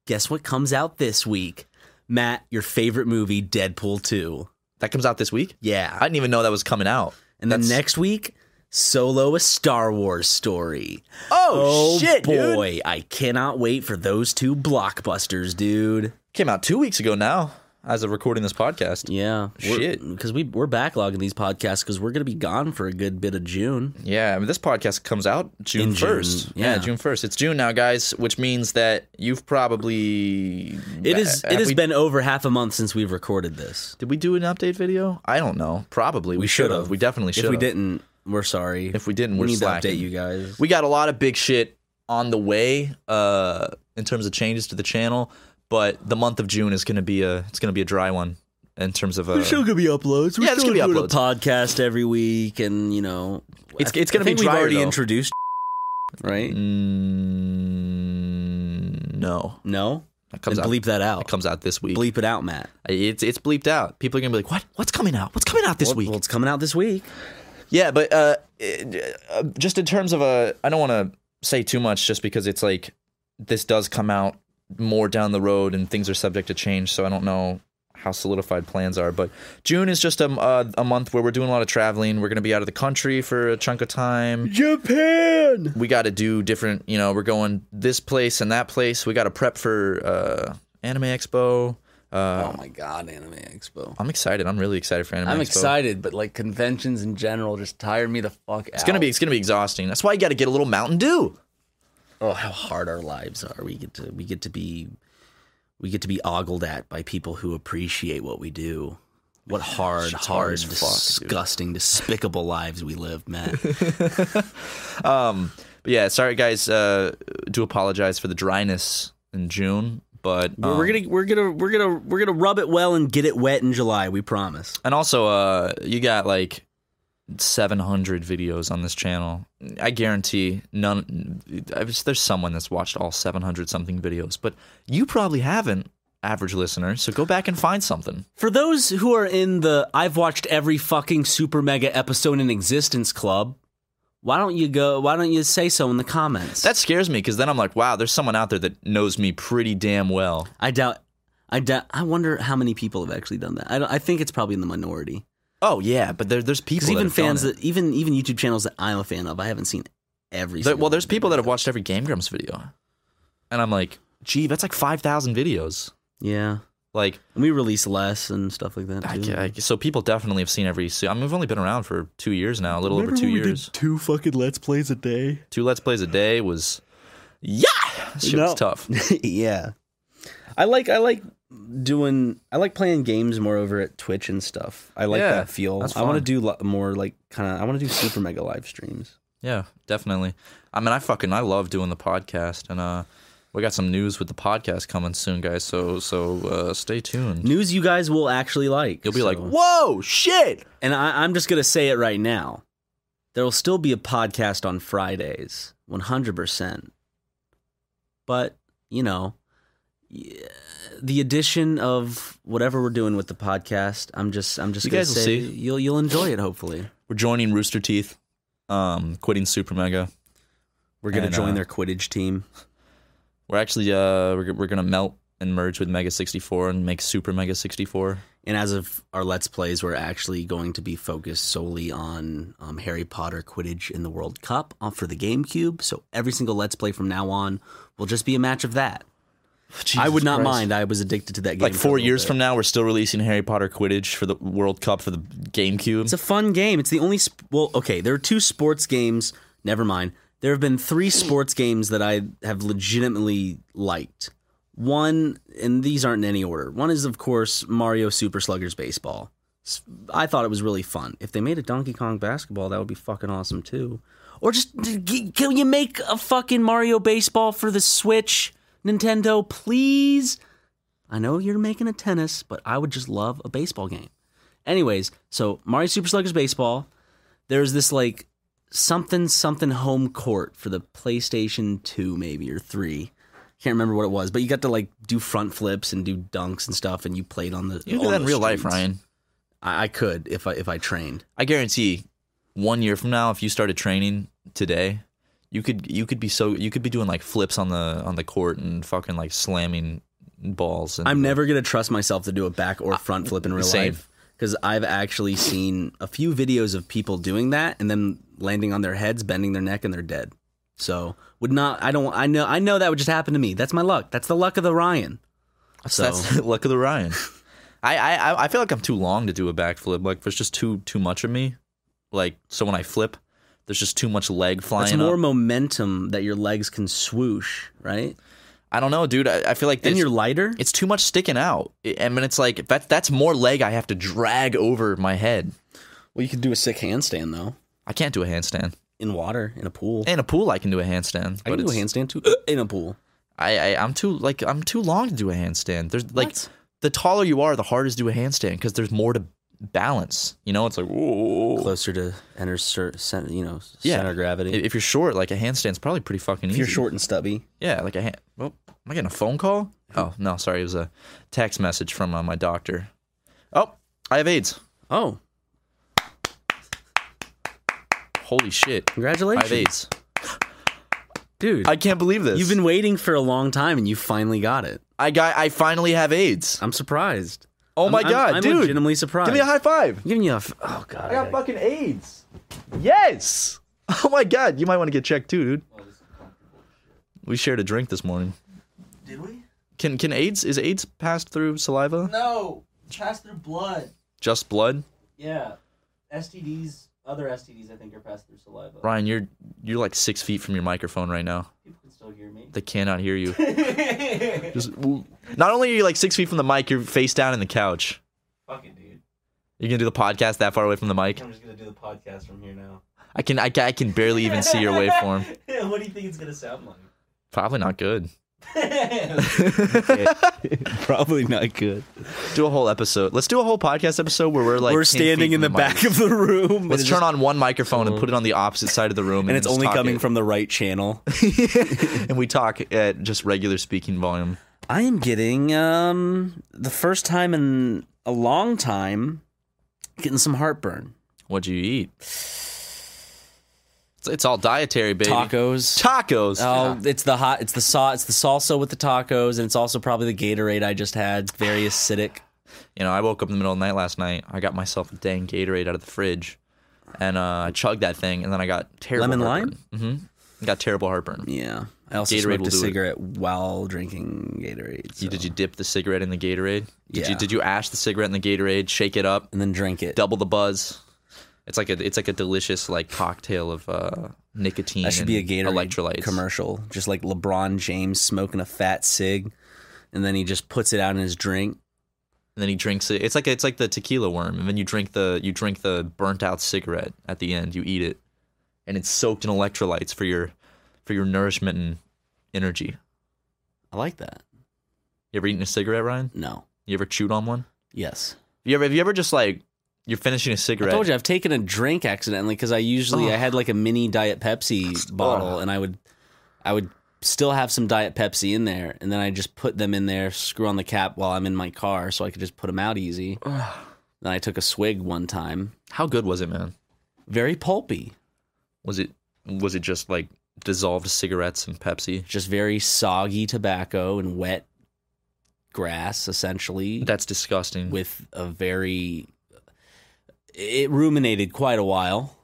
C: Guess what comes out this week, Matt? Your favorite movie, Deadpool Two.
B: That comes out this week.
C: Yeah,
B: I didn't even know that was coming out.
C: and then
B: that's-
C: next week, Solo: A Star Wars Story.
B: Oh, shit, dude.
C: boy! I cannot wait for those two blockbusters, dude.
B: Came out two weeks ago now, as of recording this podcast.
C: Yeah,
B: Shit.
C: Because we we're backlogging these podcasts because we're gonna be gone for a good bit of June.
B: Yeah, I mean, this podcast comes out June
C: In June,
B: first.
C: yeah.
B: June first. It's June now, guys, which means that you've probably
C: It is.
B: Have
C: It has
B: we-
C: been over half a month since we've recorded this.
B: Did we do an update video? I don't know. Probably we, should
C: should've.
B: have. We definitely should.
C: If we didn't, we're sorry.
B: if we didn't,
C: we
B: we're
C: need
B: slacking.
C: to update you guys.
B: We got a lot of big shit on the way uh, in terms of changes to the channel, but the month of June is gonna be a it's gonna be a dry one in terms of uh,
C: gonna be uploads.
B: We're
C: yeah,
B: still
C: gonna be
B: doing
C: a
B: a
C: podcast every week, and you know,
B: It's-
C: I-
B: it's gonna
C: I think
B: be
C: we've
B: drier,
C: already
B: though.
C: introduced, right?
B: Mm, no,
C: No,
B: that comes
C: then
B: out.
C: bleep that out.
B: It comes out this week.
C: bleep it out, Matt.
B: It's it's bleeped out. People are gonna be like, what? What's coming out? What's coming out this
C: well,
B: week?
C: well, it's coming out this week.
B: Yeah, but uh, it- uh, just in terms of a, I don't want to say too much, just because it's like this does come out more down the road, and things are subject to change. So I don't know how solidified plans are. But June is just a uh, a, a month where we're doing a lot of traveling. We're gonna be out of the country for a chunk of time.
C: Japan.
B: We got to do different. You know, we're going this place and that place. We got to prep for uh, Anime Expo. Uh,
C: Oh my god, Anime Expo.
B: I'm excited. I'm really excited for Anime
D: I'm
B: Expo.
D: excited, but like conventions in general just tire me the fuck out.
B: It's gonna be it's gonna be exhausting. That's why you got to get a little Mountain Dew.
C: Oh, how hard our lives are. We get to we get to be we get to be ogled at by people who appreciate what we do. What hard,
B: Shit's hard
C: hard,
B: as fuck, dude.
C: disgusting, despicable lives we live, man.
B: But yeah, sorry guys. Uh, do apologize for the dryness in June, but um,
C: we're gonna we're gonna we're gonna we're gonna rub it well and get it wet in July. We promise.
B: and also uh, you got like 700 videos on this channel. I guarantee none. I was, there's someone that's watched all 700 something videos, but you probably haven't, average listener. So go back and find something.
C: For those who are in the I've watched every fucking super mega episode in existence club, why don't you go? Why don't you say so in the comments?
B: That scares me because then I'm like, wow, there's someone out there that knows me pretty damn well.
C: I doubt. I doubt. I wonder how many people have actually done that. I, don't, I think it's probably in the minority.
B: Oh yeah, but there, there's people
C: Because
B: that
C: even
B: have done
C: fans
B: it.
C: that even even YouTube channels that I'm a fan of, I haven't seen every.
B: There-
C: single
B: well, there's
C: one.
B: people that have watched every Game Grumps video, and I'm like, gee, that's like five thousand videos.
C: Yeah,
B: Like,
C: and we release less and stuff like that.
B: I,
C: Too.
B: ca- I- so people definitely have seen every. se- I mean, we've only been around for two years now, a little over two years.
D: two fucking let's plays a day.
B: Two Let's Plays a day was, yeah, that shit was
C: No.
B: tough.
C: yeah, I like I like doing I like playing games more over at Twitch and stuff. I like
B: Yeah,
C: that feel.
B: that's
C: I want to
B: fun.
C: do lo- more like kind of I want to do super mega live streams.
B: Yeah, definitely. I mean, I fucking I love doing the podcast, and uh, we got some news with the podcast coming soon, guys. So so uh, stay tuned.
C: News you guys will actually like.
B: You'll be like,
C: so-
B: whoa, shit.
C: And I, I'm just going to say it right now. There will still be a podcast on Fridays, 100%. But, you know, yeah, the addition of whatever we're doing with the podcast, I'm just I'm just
B: You
C: going to
B: guys will
C: say
B: see.
C: you'll you'll enjoy it hopefully.
B: We're joining Rooster Teeth, um, quitting Super Mega.
C: We're gonna
B: And,
C: join
B: uh,
C: their Quidditch team.
B: We're actually uh we're, we're gonna melt and merge with Mega 64 and make Super Mega 64.
C: And as of our Let's Plays, we're actually going to be focused solely on um, Harry Potter Quidditch in the World Cup uh, for the GameCube. So every single Let's Play from now on will just be a match of that. I would not mind. I was addicted to that game.
B: Like
C: for a
B: four
C: little
B: years
C: bit.
B: from now, we're still releasing Harry Potter Quidditch for the World Cup for the GameCube.
C: It's a fun game. It's the only sp- well, okay, there are two sports games. Never mind. There have been three sports games that I have legitimately liked. One, and these aren't in any order. One is of course Mario Super Sluggers Baseball. S- I thought it was really fun. If they made a Donkey Kong basketball, that would be fucking awesome too. Or just d- g- can you make a fucking Mario Baseball for the Switch, Nintendo, please? I know you're making a tennis, but I would just love a baseball game. Anyways, so Mario Super Sluggers Baseball, there's this like something something home court for the PlayStation 2 maybe or 3. Can't remember what it was, but you got to like do front flips and do dunks and stuff and you played on the
B: you can do
C: on
B: that in
C: the
B: real life,
C: streets.
B: Ryan.
C: I, I could if I if I trained.
B: I guarantee, one year from now, if you started training today, you could you could be so you could be doing like flips on the on the court and fucking like slamming balls. And,
C: I'm never gonna trust myself to do a back or front flip in real
B: Same.
C: life because I've actually seen a few videos of people doing that and then landing on their heads, bending their neck, and they're dead. So would not. I don't. I know. I know that would just happen to me. That's my luck. That's the luck of the Ryan. So
B: That's the luck of the Ryan. I, I I- I feel like I'm too long to do a backflip. Like there's just too too much of me. Like so when I flip, there's just too much leg
C: that's
B: flying
C: more
B: up.
C: momentum that your legs can swoosh, right?
B: I don't know, dude. I, I feel like
C: And
B: this,
C: you're lighter.
B: it's too much sticking out. I I mean, it's like that that's more leg I have to drag over my head.
C: Well, you could do a sick handstand though
B: I can't do a handstand.
C: in water in a pool.
B: In a pool, I can do a handstand.
C: I
B: but
C: can do a
B: it's-
C: handstand too in a pool.
B: I, I I'm too like I'm too long to do a handstand. There's like
C: What?
B: the taller you are, the harder to do a handstand because there's more to balance. You know, it's like whoa.
C: Closer to enter cer- center, you know,
B: Yeah.
C: center of gravity.
B: I- If you're short, like a handstand's probably pretty fucking
C: if
B: easy.
C: you're short and stubby,
B: yeah, like a hand. Well, am I getting a phone call? Oh no, sorry, it was a text message from uh, my doctor. Oh, I have AIDS.
C: oh,
B: Holy shit, I have
C: Congratulations,
B: AIDS.
C: dude!
B: I can't believe this.
C: you've been waiting for a long time, and you finally got it.
B: I got. I finally have AIDS.
C: I'm surprised.
B: Oh
C: I'm-
B: my
C: I'm-
B: god,
C: I'm
B: dude!
C: legitimately surprised.
B: Give me a high five.
C: I'm giving you a. F- oh god, I gotta-
B: fucking AIDS. Yes. Oh my god, you might want to get checked too, dude. We shared a drink this morning.
D: Did we?
B: Can can AIDS is AIDS passed through saliva?
D: No. Pass through blood.
B: Just blood?
D: Yeah. STDs, other STDs, I think are passed through saliva.
B: Ryan, you're you're like six feet from your microphone right now.
D: People can still hear me.
B: They cannot hear you. Just not only are you like six feet from the mic, you're face down in the couch.
D: Fuck it, dude.
B: You can do the podcast that far away from the mic.
D: I'm just gonna do the podcast from here now.
B: I can I, ca- I can barely even see your waveform.
D: what do you think it's gonna sound like?
B: Probably not good.
C: probably not good.
B: Do a whole episode. Let's do a whole podcast episode where we're like
C: We're
B: 10
C: standing
B: feet
C: in the
B: from mic.
C: back of the room.
B: Let's
C: and
B: turn on one microphone and put it on the opposite side of the room, and,
C: and it's
B: just
C: only
B: talk
C: coming
B: it.
C: from the right channel.
B: and we talk at just regular speaking volume.
C: I am getting um the first time in a long time getting some heartburn.
B: What'd you eat? It's, it's all dietary, baby.
C: Tacos.
B: Tacos.
C: Oh, it's the hot. It's the sa- It's the salsa with the tacos, and it's also probably the Gatorade I just had. Very acidic.
B: You know, I woke up in the middle of the night last night. I got myself a dang Gatorade out of the fridge, and uh, I chugged that thing, and then I got terrible
C: Lemon
B: heartburn. Mm-hmm. Got terrible heartburn.
C: Yeah. I also
B: Gatorade will
C: smoked a
B: do it.
C: cigarette while drinking Gatorade.
B: You-
C: so-
B: Did you dip the cigarette in the Gatorade? Did
C: Yeah.
B: you did you ash the cigarette in the Gatorade? Shake it up.
C: and then drink it.
B: Double the buzz. It's like a it's like a delicious like cocktail of uh, nicotine.
C: That should be a
B: and
C: Gatorade
B: electrolytes.
C: commercial. Just like LeBron James smoking a fat cig, and then he just puts it out in his drink.
B: and then he drinks it. It's like it's like the tequila worm, and then you drink the you drink the burnt out cigarette at the end. You eat it, and it's soaked in electrolytes for your for your nourishment and energy.
C: I like that.
B: You ever eaten a cigarette, Ryan?
C: No.
B: You ever chewed on one?
C: Yes.
B: You ever have you ever just like you're finishing a cigarette?
C: I told you I've taken a drink accidentally because I usually I had like a mini Diet Pepsi bottle, and I would I would still have some Diet Pepsi in there, and then I just put them in there, screw on the cap while I'm in my car, so I could just put them out easy. then I took a swig one time.
B: How good was it, man?
C: Very pulpy.
B: Was it was it just like dissolved cigarettes and Pepsi.
C: Just very soggy tobacco and wet grass, essentially.
B: That's disgusting.
C: with a very. It ruminated quite a while.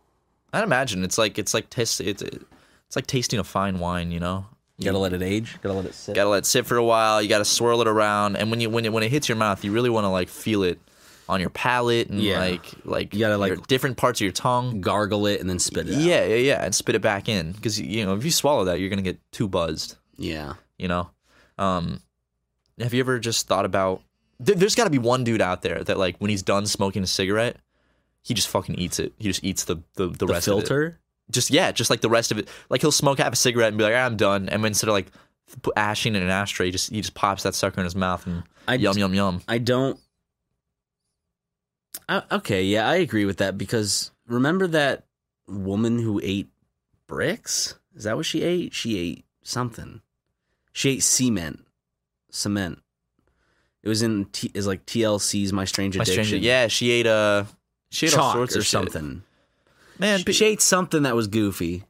B: I'd imagine it's like it's like taste it's it's like tasting a fine wine, you know.
C: You gotta let it age. Gotta let it sit.
B: Gotta let it sit for a while. You gotta swirl it around, and when you when it when it hits your mouth, you really want to like feel it on your palate and
C: Yeah.
B: like like
C: You gotta, like-
B: your different parts of your tongue.
C: Gargle it and then spit it out.
B: Yeah, yeah, yeah, and spit it back in because you know if you swallow that, you're gonna get too buzzed.
C: Yeah.
B: You know, um, have you ever just thought about? There, there's got to be one dude out there that like when he's done smoking a cigarette, he just fucking eats it. He just eats the the, the,
C: The
B: rest of it
C: filter.
B: just yeah, just like the rest of it. Like he'll smoke half a cigarette and be like, "Ah, I'm done, and instead of like p- ashing in an ashtray, he just he just pops that sucker in his mouth and
C: I
B: yum yum yum.
C: I don't. I, okay, yeah, I agree with that because remember that woman who ate bricks? Is that what she ate? She ate something. She ate cement. Cement. It was in T, is like TLC's My Strange
B: My
C: Addiction.
B: stranger, yeah, she ate uh, she ate
C: Chalk
B: all sorts
C: or
B: of shit.
C: something.
B: Man,
C: She, she ate something that was goofy.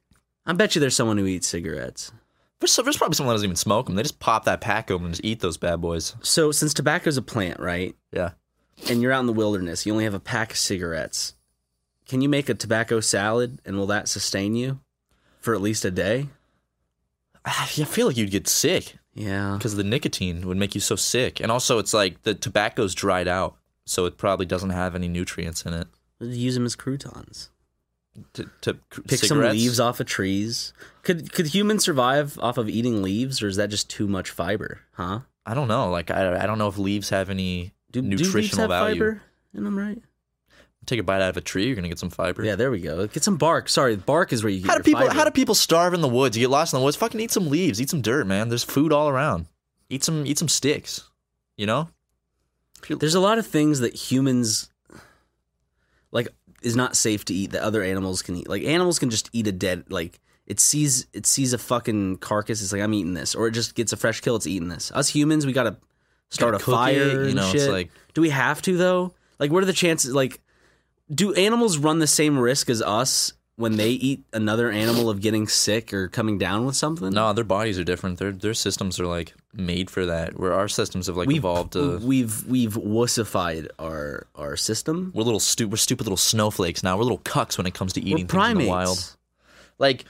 C: I bet you there's someone who eats cigarettes.
B: there's, so- there's probably someone that doesn't even smoke them. They just pop that pack open and just eat those bad boys.
C: So since tobacco's a plant, right?
B: Yeah,
C: and you're out in the wilderness, you only have a pack of cigarettes. Can you make a tobacco salad and will that sustain you for at least a day?
B: I feel like you'd get sick
C: Yeah.
B: because the nicotine would make you so sick, and also it's like the tobacco's dried out, so it probably doesn't have any nutrients in it.
C: Use them as croutons.
B: To, to
C: Pick some leaves off of trees. Could could humans survive off of eating leaves or is that just too much fiber? Huh?
B: I don't know. Like I, I don't know if leaves have any
C: Do, do
B: nutritional
C: leaves have
B: value.
C: fiber in them, right?
B: Take a bite out of a tree, you're gonna get some fiber.
C: Yeah, there we go. Get some bark. Sorry, bark is where you get
B: How do
C: your
B: people?
C: fiber.
B: How do people starve in the woods? You get lost in the woods. Fucking eat some leaves. Eat some dirt, man. There's food all around. Eat some. Eat some sticks. You know.
C: There's a lot of things that humans like is not safe to eat that other animals can eat. Like animals can just eat a dead like it sees it sees a fucking carcass. It's like I'm eating this, or it just gets a fresh kill. It's eating this. Us humans, we gotta start
B: Gotta
C: a
B: cook it,
C: fire.
B: you
C: and
B: know, it's
C: shit.
B: like-
C: do we have to though? Like, what are the chances? Like, do animals run the same risk as us when they eat another animal of getting sick or coming down with something?
B: No, their bodies are different. Their their systems are like made for that. Where our systems have like
C: we've
B: evolved to.
C: we've we've wussified our our system.
B: We're little stu- We're stupid little snowflakes now. We're little cucks when it comes to eating
C: We're
B: things in
C: primates.
B: the wild. Like,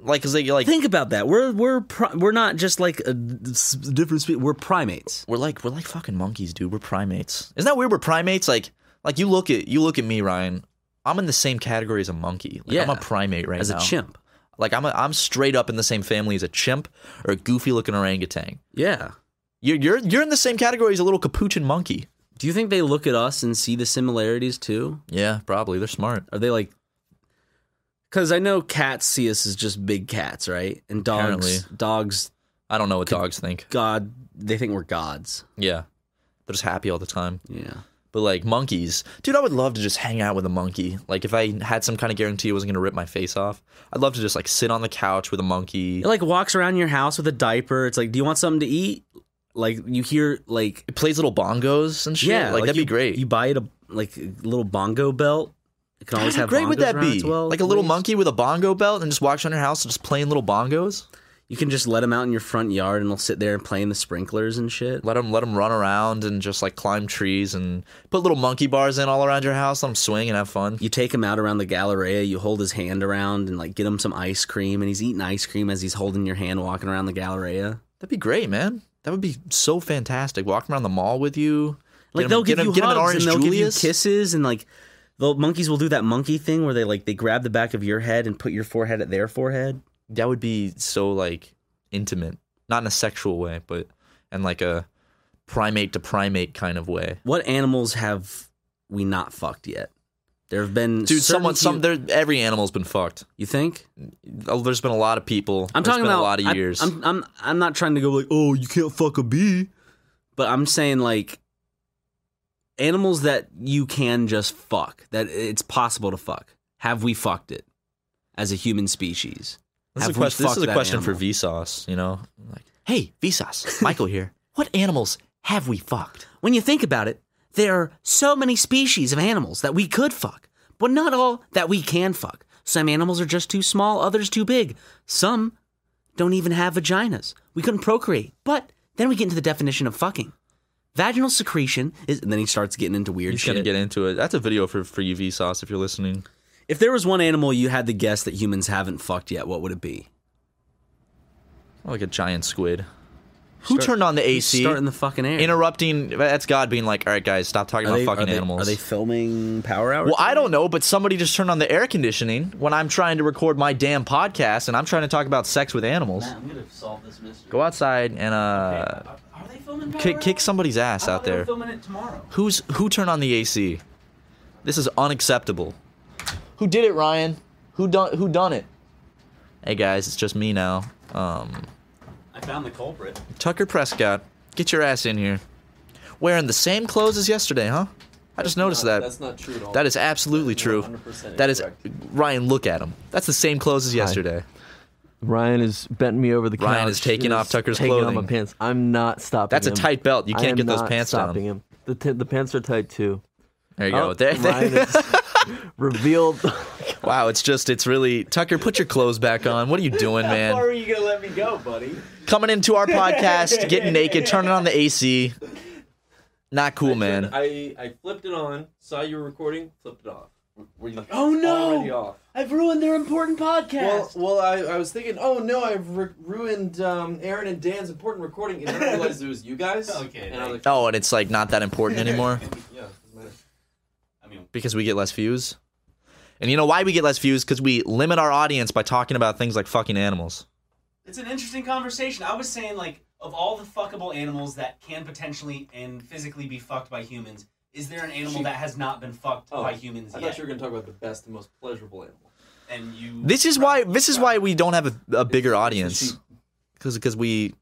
B: like, cause they like
C: Think about that. We're we're pri- we're not just like a s- different species. We're primates.
B: we're like we're like fucking monkeys, dude. We're primates. Isn't that weird? We're primates. Like like you look at you look at me, Ryan. I'm in the same category as a monkey. Like, I'm
C: Yeah.
B: a primate right
C: As
B: now.
C: a chimp.
B: Like I'm a, I'm straight up in the same family as a chimp or a goofy looking orangutan.
C: Yeah.
B: You're you're you're in the same category as a little capuchin monkey.
C: Do you think they look at us and see the similarities too?
B: Yeah, probably. They're smart.
C: Are they like? Because I know cats see us as just big cats, right? And dogs,
B: Apparently.
C: dogs,
B: I don't know what dogs think.
C: God, they think we're gods.
B: Yeah. They're just happy all the time.
C: Yeah.
B: But like monkeys, dude, I would love to just hang out with a monkey. Like if I had some kind of guarantee it wasn't gonna rip my face off, I'd love to just like sit on the couch with a monkey.
C: It like walks around your house with a diaper. It's like, do you want something to eat? Like you hear like
B: It plays little bongos and shit.
C: yeah,
B: like, that'd
C: you,
B: be great.
C: You buy it a like a little bongo belt. It can always
B: How
C: have
B: great would
C: bongos
B: that
C: around
B: be?
C: its well,
B: like a little
C: waist.
B: monkey with a bongo belt and just walks around your house and just playing little bongos.
C: You can just let them out in your front yard and they'll sit there and play in the sprinklers and shit.
B: Let them let them run around and just like climb trees and put little monkey bars in all around your house. Let them swing and have fun.
C: You take him out around the Galleria, you hold his hand around and like get him some ice cream and he's eating ice cream as he's holding your hand walking around the Galleria.
B: That'd be great, man. That would be so fantastic. Walking around the mall with you. Get
C: Like
B: 'em-
C: they'll
B: get
C: give
B: 'em-
C: you
B: get 'em
C: hugs
B: an orange
C: and they'll
B: Julius.
C: give you kisses and like the monkeys will do that monkey thing where they like they grab the back of your head and put your forehead at their forehead.
B: That would be so like intimate, not in a sexual way, but in like a primate to primate kind of way.
C: What animals have we not fucked yet? There have been
B: Dude,
C: certain
B: someone, some,
C: few-
B: there, every animal's been fucked.
C: you think?
B: Oh, There's been a lot of people.
C: I'm
B: There's
C: talking
B: been a
C: about
B: lot of
C: I-
B: years.
C: I'm, I'm I'm not trying to go like, oh, you can't fuck a bee, but I'm saying like animals that you can just fuck that it's possible to fuck. Have we fucked it as a human species?
B: This is, a
C: Have we
B: question, this
C: fucked
B: is a
C: that
B: question for
C: animal?
B: Vsauce, you know? Like, hey, Vsauce, Michael here. What animals have we fucked?
C: When you think about it, there are so many species of animals that we could fuck, but not all that we can fuck. Some animals are just too small, others too big. Some don't even have vaginas. We couldn't procreate. But then we get into the definition of fucking. Vaginal secretion is, and then he starts getting into weird
B: He's
C: shit.
B: gonna get into it. That's a video for for you, Vsauce, if you're listening.
C: if there was one animal you had to guess that humans haven't fucked yet, what would it be?
B: Oh, Like a giant squid. Who turned on the AC?
C: Start in the fucking air.
B: interrupting. That's God being like, all right, guys, stop talking
C: Are
B: about
C: they-
B: fucking
C: are they-
B: animals.
C: Are they filming Power Hour?
B: well, I don't know, but somebody just turned on the air conditioning when I'm trying to record my damn podcast and I'm trying to talk about sex with animals.
D: Man, I'm gonna solve this mystery.
B: Go outside and uh,
D: Are are they filming? Power
B: kick,
D: Hour?
B: kick somebody's
D: I
B: ass
D: thought
B: out
D: they were
B: there.
D: Filming it tomorrow.
B: Who's who turned on the AC? This is unacceptable. Who did it, Ryan? Who done who done it? Hey guys, it's just me now. Um,
D: I found the culprit.
B: Tucker Prescott, get your ass in here. Wearing the same clothes as yesterday, huh? I just noticed
D: No,
B: that.
D: That's not true at all.
B: That is absolutely true.
D: 100%
B: That is
D: incorrect.
B: Ryan. Look at him. That's the same clothes as yesterday.
E: Ryan is bent me over the couch.
B: Ryan is taking off Tucker's
E: taking
B: clothing.
E: off my pants. I'm not stopping.
B: That's a
E: him.
B: tight belt. You
E: I
B: can't
E: am
B: get those
E: not
B: pants down.
E: stopping him. The t- the pants are tight too.
B: There you go.
E: Oh,
B: There-
E: Ryan is revealed.
B: wow, it's just it's really Tucker. Put your clothes back on. What are you doing,
D: How far
B: man?
D: are you gonna let me go, buddy?
B: Coming into our podcast, getting naked, turning on the AC. Not cool, man.
F: I, I flipped it on, saw you were recording, flipped it off.
D: Were you like,
F: Oh Already
D: no,
F: off.
D: I've ruined their important
F: Well,
D: podcast?
F: well, I, I was thinking, oh no, I've ru- ruined um, Aaron and Dan's important recording, and I realized it was you guys.
D: Okay,
F: and I was like,
B: Oh, and it's like not that important anymore
F: yeah, doesn't matter.
D: I mean,
B: because we get less views. And you know why we get less views? Because we limit our audience by talking about things like fucking animals.
D: it's an interesting conversation. I was saying, like, of all the fuckable animals that can potentially and physically be fucked by humans, is there an animal that has not been fucked
F: Oh,
D: by humans
F: I
D: yet?
F: thought you were gonna talk about the best and most pleasurable animal.
D: And you.
B: This is why. This is why we don't have a, a bigger
F: It's
B: audience.
F: the
B: because because we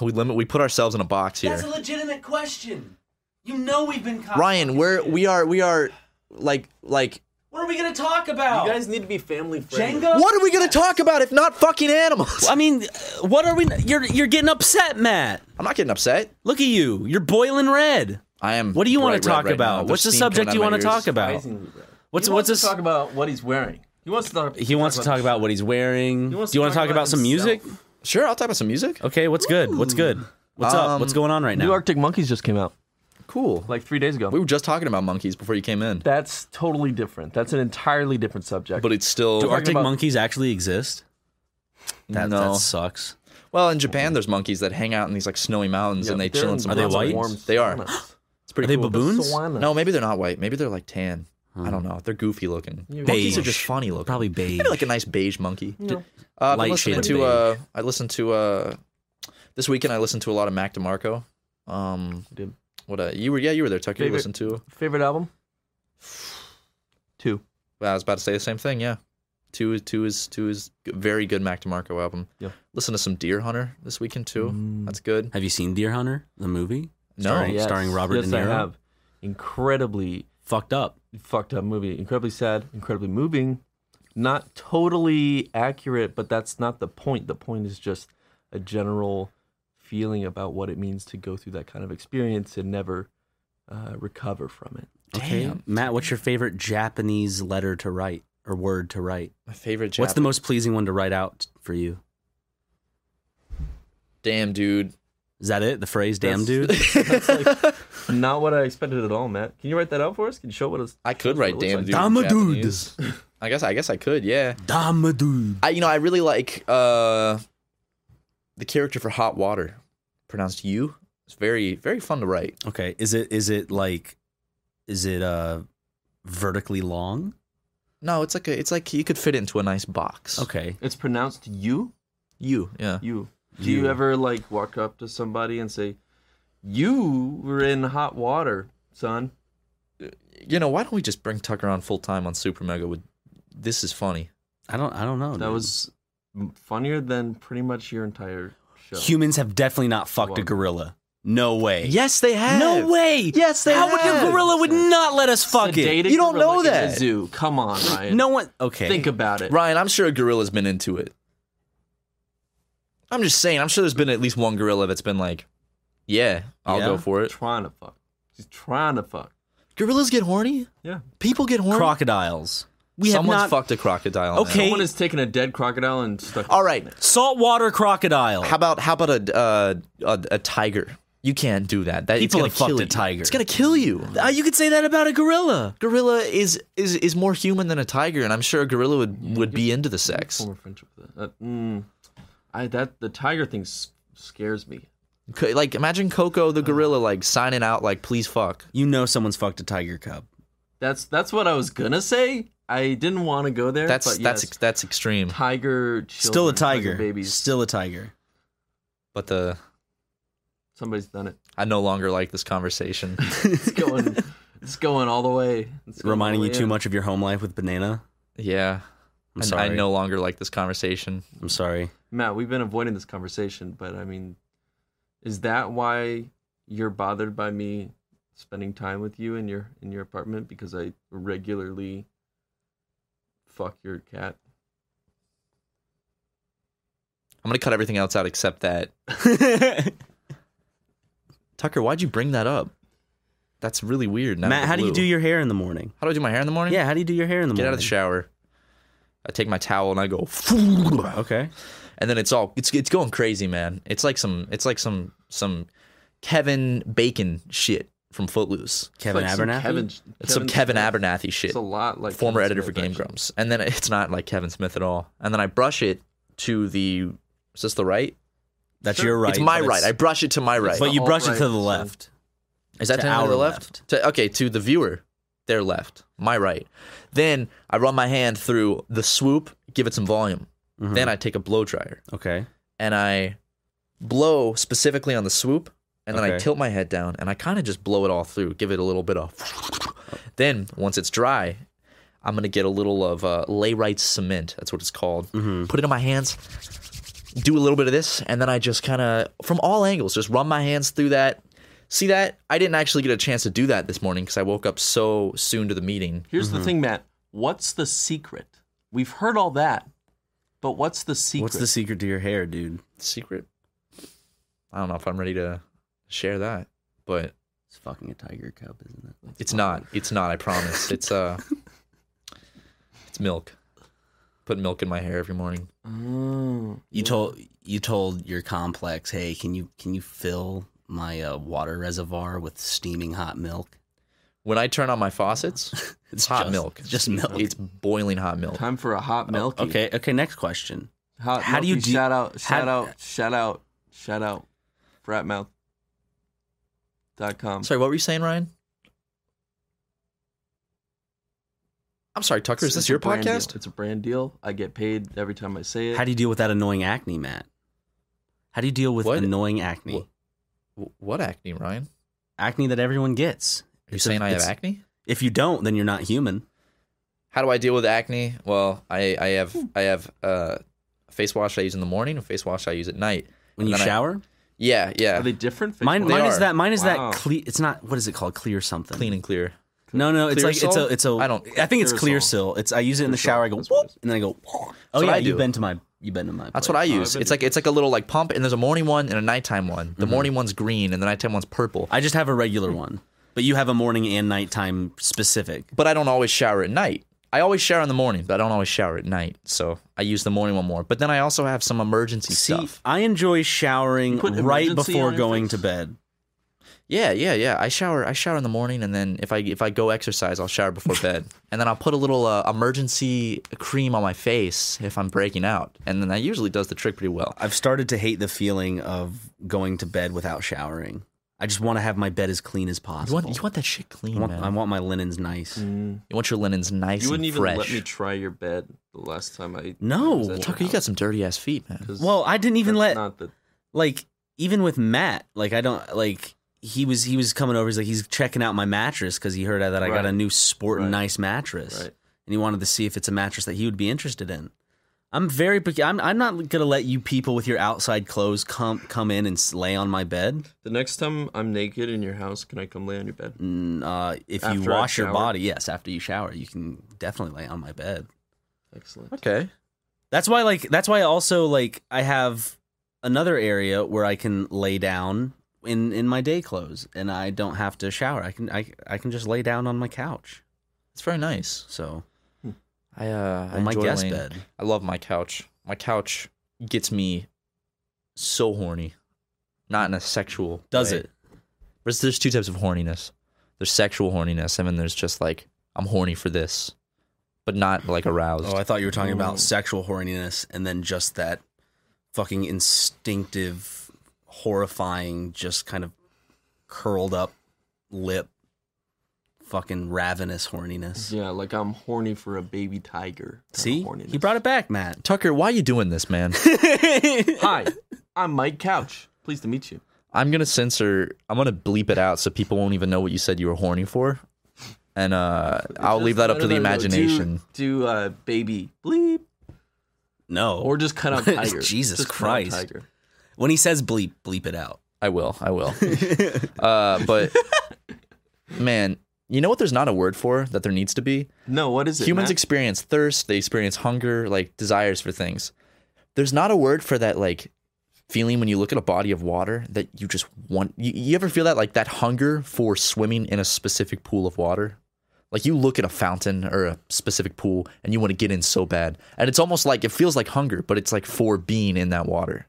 B: we limit we put ourselves in a box
D: That's a
B: here.
D: legitimate question. You know we've been. caught
B: Ryan,
D: fucking
B: we're
D: shit.
B: we are we are like like
D: What are we gonna talk about?
F: You guys need to be family friendly.
D: Oh. Jenga.
B: what are we gonna talk about if not fucking animals?
C: I mean, uh, what are we? You're you're getting upset, Matt.
B: I'm not getting upset.
C: Look at you. You're boiling red.
B: I am.
C: What do you
B: bright
C: want
B: red
C: to talk
B: right now.
C: about?
B: There's
C: What's the
B: steam
C: subject
B: coming
C: you
B: out of
C: want
B: my
C: to talk
B: ears.
C: about?
F: Surprisingly rare.
C: What's
E: he
C: what's this?
E: wants to talk about what he's wearing. He wants to talk.
C: He wants to talk about what he's wearing. Do you want
E: wants
C: to
E: to
C: talk,
E: talk
C: about,
E: about
C: some music?
E: himself.
B: Sure, I'll talk about some music.
C: Okay, what's good? What's good? What's up?
B: Um,
C: What's going on right
E: New
C: now?
E: Arctic Monkeys just came out
B: Cool.
E: like three days ago.
B: We were just talking about monkeys before you came in,
E: That's totally different. That's an entirely different subject.
B: but it's still
C: Do Arctic
E: about-
C: monkeys actually exist? That,
B: no.
C: that sucks.
B: well, in Japan, there's monkeys that hang out in these like snowy mountains and they chill in some.
C: Are they
B: hot
C: white?
B: springs. They are. It's
C: Are
B: pretty
C: they
B: cool.
C: baboons?
B: No, maybe they're not white. Maybe they're like tan. I don't know. They're goofy looking. Monkeys are just funny looking.
C: Probably beige.
B: Maybe like a nice beige monkey. Uh, I've been
C: Light
B: listening
C: shade of
B: to uh, I listened to uh, this weekend. I listened to a lot of Mac DeMarco. Um,
E: did.
B: what uh, you were? Yeah, you were there, Tucker. You
E: Favorite-
B: listened to?
E: Favorite album? Two.
B: Well, I was about to say the same thing. Yeah, two is two is two is g- very good Mac DeMarco album.
E: Yeah.
B: Listen to some Deer Hunter this weekend too.
C: Mm.
B: That's good.
C: Have you seen Deer Hunter, the movie?
B: No.
C: Starring,
E: Yes.
C: starring Robert
E: yes,
C: De Niro.
E: I have. Incredibly
C: Fucked up.
E: fucked up movie. Incredibly sad. Incredibly moving. Not totally accurate, but that's not the point. The point is just a general feeling about what it means to go through that kind of experience and never uh, recover from it.
C: Damn. Matt, what's your favorite Japanese letter to write or word to write?
B: My favorite.
C: What's the
B: Jap-
C: most pleasing one to write out for you?
B: Damn, dude.
C: Is that it? The phrase "damn dude."
E: Not what I expected at all, Matt. Can you write that out for us? Can you show what it's?
B: I could write
E: Looks
B: damn
E: like-
B: dude. in
C: I'm a dude.
B: Japanese. I guess I guess I could. Yeah.
C: "Damn a dude."
B: I you know I really like uh the character for hot water, pronounced you. It's very very fun to write.
C: Okay, is it is it like, is it uh, vertically long?
B: No, it's like a, it's like you could fit into a nice box.
C: Okay,
E: It's pronounced you.
B: you yeah.
E: You. Do you,
C: You.
E: ever like walk up to somebody and say, "You were in hot water, son"?
B: You know why don't we just bring Tucker on full time on Super Mega? With this is funny.
C: I don't I don't know.
E: That
C: dude.
E: was m- funnier than pretty much your entire show.
C: humans have definitely not fucked a
E: Well-
C: gorilla. No way.
B: Yes, they have.
C: No way.
B: Yes, they
C: How would
B: have.
C: the gorilla would not let us fuck it?
E: Sedated
B: You don't
E: gorilla
B: know
E: in a
B: that.
E: zoo. Come on, Ryan.
C: No one. Okay.
E: think about it.
B: Ryan, I'm sure a gorilla's been into it. I'm just saying. I'm sure there's been at least one gorilla that's been like, yeah, I'll
C: Yeah?
B: go for it.
E: Trying to fuck. She's trying to fuck.
B: Gorillas get horny.
E: Yeah.
B: People get horny.
C: crocodiles.
G: We have
B: Someone's
G: not
B: fucked a crocodile.
G: Okay.
E: Someone has taken a dead crocodile and stuck.
B: All right.
G: saltwater crocodile.
B: How about how about a uh, a, a tiger? You can't do that. That it's
G: People
B: gonna
G: have fucked
B: kill
G: a
B: you.
G: tiger.
B: It's gonna kill you.
G: Uh, you could say that about a gorilla.
B: Gorilla is is is more human than a tiger, and I'm sure a gorilla would would be into the sex.
E: Form of friendship with that. Uh, mm, I that the tiger thing s- scares me.
B: C- Like imagine Coco the gorilla like signing out like please fuck.
C: You know someone's fucked a tiger cub.
E: That's that's what I was gonna say. I didn't want to go there.
B: That's
E: but
B: that's
E: yes,
B: ex- that's extreme.
E: tiger. Children,
C: Still a tiger.
E: Babies.
C: Still a tiger.
B: But the
E: Somebody's done it.
B: I no longer like this conversation.
E: It's going. it's going all the way. It's going
C: Reminding
E: all
C: you
E: the way
C: too
E: in.
C: much of your home life with banana.
B: yeah.
C: I'm
B: I-
C: sorry.
B: I no longer like this conversation.
C: I'm sorry.
E: Matt, we've been avoiding this conversation, but I mean, is that why you're bothered by me spending time with you in your in your apartment because I regularly fuck your cat?
B: I'm gonna cut everything else out except that. Tucker, why'd you bring that up? That's really weird. Now
C: Matt, how do you do your hair in the morning?
B: How do I do my hair in the morning?
C: Yeah, how do you do your hair in the
B: Get out
C: morning?
B: of the shower. I take my towel and I go,
C: Okay.
B: and then it's all it's it's going crazy, man. It's like some it's like some some Kevin Bacon shit from Footloose.
C: Kevin
E: Like
C: Abernathy.
E: Kevin,
B: It's some Kevin
E: Smith.
B: Abernathy shit.
E: It's a lot like
B: former
E: Kevin
B: editor
E: Smith,
B: for Game
E: actually.
B: Grumps, and then it's not like Kevin Smith at all. And then I brush it to the is this the right?
C: That's your right.
B: it's my
C: but
B: right. I brush it to my right.
C: but you
E: All
C: brush it
E: right,
C: to the
E: so-
C: left.
B: Is that
C: To
B: technically
C: our
B: the left?
C: left.
B: To, okay, to the viewer, their left, my right. Then I run my hand through the swoop, give it some volume. Then I take a blow dryer
C: Mm-hmm. Okay.
B: and I blow specifically on the swoop, and then I
C: Okay.
B: tilt my head down and I kind of just blow it all through, give it a little bit of. then once it's dry, I'm gonna get a little of uh, Layrite cement. That's what it's called.
C: Mm-hmm.
B: Put it in my hands. Do a little bit of this, and then I just kind of, from all angles, just run my hands through that. See that? I didn't actually get a chance to do that this morning because I woke up so soon to the meeting.
E: Here's the thing, Matt. What's the secret? We've heard all that, but what's the secret?
C: What's the secret to your hair, dude?
B: Secret? I don't know if I'm ready to share that, but
C: It's fucking a tiger cub, isn't it?
B: It's not. It's not. I promise. It's uh, it's milk. Put milk in my hair every morning.
E: Oh,
C: You told you told your complex, hey, can you can you fill my uh, water reservoir with steaming hot milk?
B: When I turn on my faucets, it's hot
C: just-
B: milk.
C: it's just milk.
B: It's boiling hot milk.
E: time for a
B: Oh,
E: hot milky.
C: Okay. Okay. Next question.
E: Hot
C: How do you
E: milky
C: do-
E: shout out?
C: how-
E: Shout out! Shout out! Shout out! Fratmouth.com.
B: Sorry, what were you saying, Ryan? I'm sorry, Tucker. Is
E: It's- it's
B: this
E: a
B: your
E: brand deal.
B: podcast?
E: It's a brand deal. I get paid every time I say it.
C: How do you deal with that annoying acne, Matt? How do you deal with
B: What?
C: annoying acne?
B: What? W- What acne, Ryan?
C: Acne that everyone gets.
B: Are you
C: It's a-
B: saying I have
C: it's-
B: acne?
C: If you don't, then you're not human.
B: How do I deal with acne? Well, I I have I have uh, a face wash I use in the morning, a face wash I use at night.
C: When
B: And
C: you
B: then I-
C: shower,
B: Yeah, yeah.
E: Are they different? fish
C: mine
E: ones?
C: mine
B: They
C: is
B: are.
C: that mine is
E: Wow.
C: that clear. It's not what is it called? Clear something.
B: Clean and clear.
C: No, no, it's like it's a
B: Clearasil?
C: it's a.
B: I don't-
C: I think it's
E: Clearasil.
C: Clearsil. It's I use it in the
E: Clearasil,
C: shower. I go
E: that's what it
C: whoop, and then I go. Oh
B: what
C: yeah,
B: I
C: you've
B: do.
C: been to my you've been to my.
B: That's what I
E: Oh, I've
B: use.
E: been
B: It's like uh, it's like a little like pump, and there's a morning one and a nighttime one. The morning one's green, and the nighttime one's purple.
C: I just have a regular one, but you have a morning and nighttime specific.
B: But I don't always shower at night. I always shower in the morning, but I don't always shower at night. So I use the morning one more. But then I also have some emergency
C: See,
B: stuff.
C: I enjoy showering
E: You put
C: right
E: emergency
C: before
E: on your
C: going
E: face?
C: to bed.
B: Yeah, yeah, yeah. I shower. I shower in the morning, and then if I if I go exercise, I'll shower before bed, and then I'll put a little uh, emergency cream on my face if I'm breaking out, and then that usually does the trick pretty well.
C: I've started to hate the feeling of going to bed without showering. I just want to have my bed as clean as
B: You
C: possible.
B: want you want that shit clean,
C: I want,
B: man.
C: I want my linens nice.
E: Mm.
B: you want your linens nice
E: You wouldn't
B: and
E: even
B: fresh.
E: let me try your bed the last time I.
C: No.
E: was at your
B: Tucker, you got
E: house,
B: some dirty ass feet, man.
E: 'cause
C: Well, I didn't even
E: that's
C: let
E: Not the,
C: like even with Matt, like I don't like he was he was coming over. He's like he's checking out my mattress because he heard that I got
E: Right.
C: a new sport and
E: Right.
C: nice mattress,
E: right.
C: and he wanted to see if it's a mattress that he would be interested in. I'm very pic- I'm I'm not gonna let you people with your outside clothes come come in and s- lay on my bed.
E: The next time I'm naked in your house, can I come lay on your bed?
C: Mm, uh, if you
E: After I
C: wash your
E: shower?
C: body, yes, after you shower, you can definitely lay on my bed.
E: Excellent.
B: Okay.
C: That's why like that's why also like I have another area where I can lay down in in my day clothes and I don't have to shower. I can I I can just lay down on my couch.
B: It's very nice.
C: So
B: I uh, I
C: on my
B: enjoy
C: guest
B: Wayne.
C: bed.
B: I love my couch. My couch gets me so horny. Not in a sexual.
C: Does
B: way.
C: it?
B: There's, there's two types of horniness. There's sexual horniness, and then there's just like I'm horny for this, but not like aroused.
C: Oh, I thought you were talking
E: Mm.
C: about sexual horniness and then just that fucking instinctive, horrifying, just kind of curled up lip, fucking ravenous horniness.
E: Yeah, like I'm horny for a baby tiger. kinda
C: See,
E: horniness.
C: he brought it back, Matt.
B: Tucker, why you doing this, man?
E: Hi, I'm Mike Couch. Pleased to meet you.
B: I'm gonna censor. I'm gonna bleep it out so people won't even know what you said you were horny for, and uh, I'll
E: Just-
B: leave that up
E: no,
B: to the
E: no,
C: uh,
E: no, no. Do-
B: imagination.
E: Do, uh, baby bleep
C: No,
E: or just cut out tiger.
C: Jesus
E: Just cut out
C: Christ.
E: tiger.
C: when he says bleep, bleep it out.
B: I will. I will. uh, but man, you know what? There's not a word for that. There needs to be.
E: No, what is it?
B: Humans
E: Matt?
B: experience thirst. They experience hunger, like desires for things. There's not a word for that, like feeling when you look at a body of water that you just want. You, you ever feel that, like that hunger for swimming in a specific pool of water? Like you look at a fountain or a specific pool and you want to get in so bad. And it's almost like it feels like hunger, but it's like for being in that water.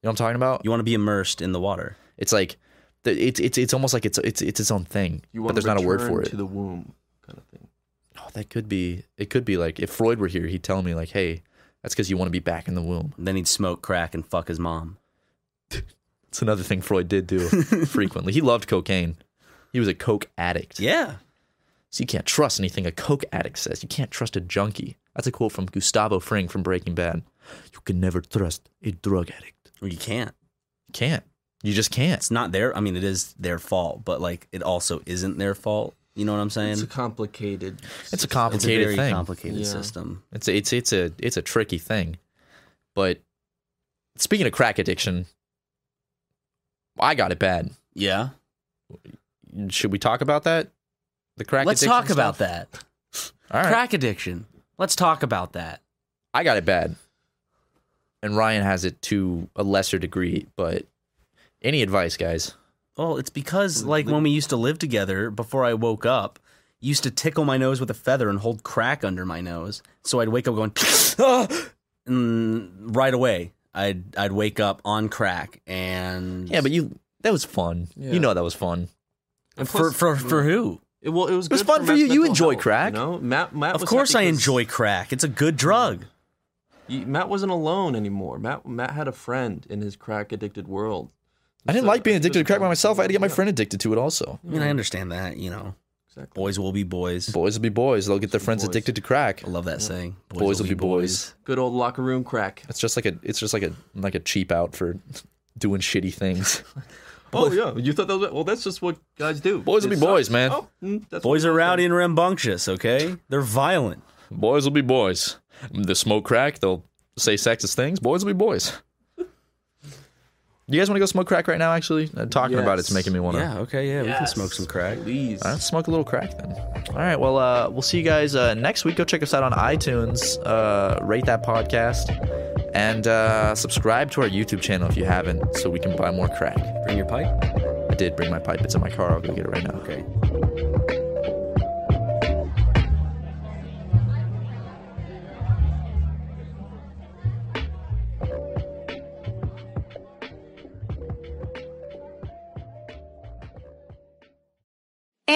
B: You know what I'm talking about?
C: You want to be immersed in the water.
B: It's like the- it's it's it's almost like it's it's it's its own thing.
E: You
B: but
E: want
B: there's not a word for it.
E: To the womb, kind of thing.
B: oh, that could be it could be like if Freud were here, he'd tell me like, "Hey, that's cuz you want to be back in the womb."
C: Then he'd smoke crack and fuck his mom.
B: It's another thing Freud did do frequently. He loved cocaine. He was a coke addict.
C: Yeah.
B: So you can't trust anything a coke addict says. You can't trust a junkie. That's a quote from Gustavo Fring from Breaking Bad. You can never trust a drug addict.
C: Well, you can't.
B: You can't. You just can't.
C: It's not their. I mean, it is their fault, but like it also isn't their fault. You know what I'm saying?
E: It's a complicated.
B: It's a
E: system.
C: It's a
B: complicated
C: very
B: thing.
C: complicated
E: Yeah.
C: system.
B: It's a, it's it's a it's a tricky thing. But speaking of crack addiction, I got it bad.
C: Yeah.
B: Should we talk about that? The crack.
C: Let's
B: addiction
C: talk
B: stuff?
C: about that.
B: All right,
C: Crack addiction. Let's talk about that.
B: I got it bad, and Ryan has it to a lesser degree. But any advice, guys?
C: Well, it's because like when we used to live together before I woke up, you used to tickle my nose with a feather and hold crack under my nose. So I'd wake up going "Ah!" and right away. I'd I'd wake up on crack and
B: Yeah, but you that was fun.
E: Yeah.
B: You know that was fun.
E: And
C: for
E: plus-
C: for for who?
E: It, well, it was. It
B: was fun for you. You enjoy crack.
E: No, Matt. Matt.
C: Of
E: was
C: course I
E: happy 'cause
C: enjoy crack. It's a good drug.
E: you- Matt wasn't alone anymore. Matt. Matt had a friend in his crack addicted world.
B: I didn't
E: So
B: like being
E: I think it
B: addicted
E: was
B: to crack by
E: fun.
B: myself. I had to get my
E: Yeah,
B: friend addicted to it also.
C: I mean, I understand that, you know.
E: Exactly.
C: Boys will be boys.
B: Boys will be boys. They'll get their
E: Boys.
B: friends addicted to crack.
C: I love that saying.
B: Boys will be boys.
E: Good old locker room crack.
B: It's just like a it's just like a like a cheap out for doing shitty things.
E: Oh yeah, you thought that was well. That's just what guys do.
B: Boys will
E: It
B: be boys,
E: sucks.
B: man.
E: Oh, mm, that's
C: Boys are
E: what it is.
C: rowdy and rambunctious, okay? They're violent.
B: boys will be boys. They smoke crack, they'll say sexist things. Boys will be boys. You guys want to go smoke crack right now? Actually, Uh, talking about it's
E: Yes.
B: making me want to.
C: Yeah, okay, yeah, we can smoke some crack.
E: Please.
B: All right, let's smoke a little crack then. All right, well, uh, we'll see you guys uh, next week. Go check us out on iTunes, uh, rate that podcast, and uh, subscribe to our YouTube channel if you haven't, so we can buy more crack.
C: Bring your pipe.
B: I did bring my pipe; it's in my car. I'll go get it right now.
C: Okay.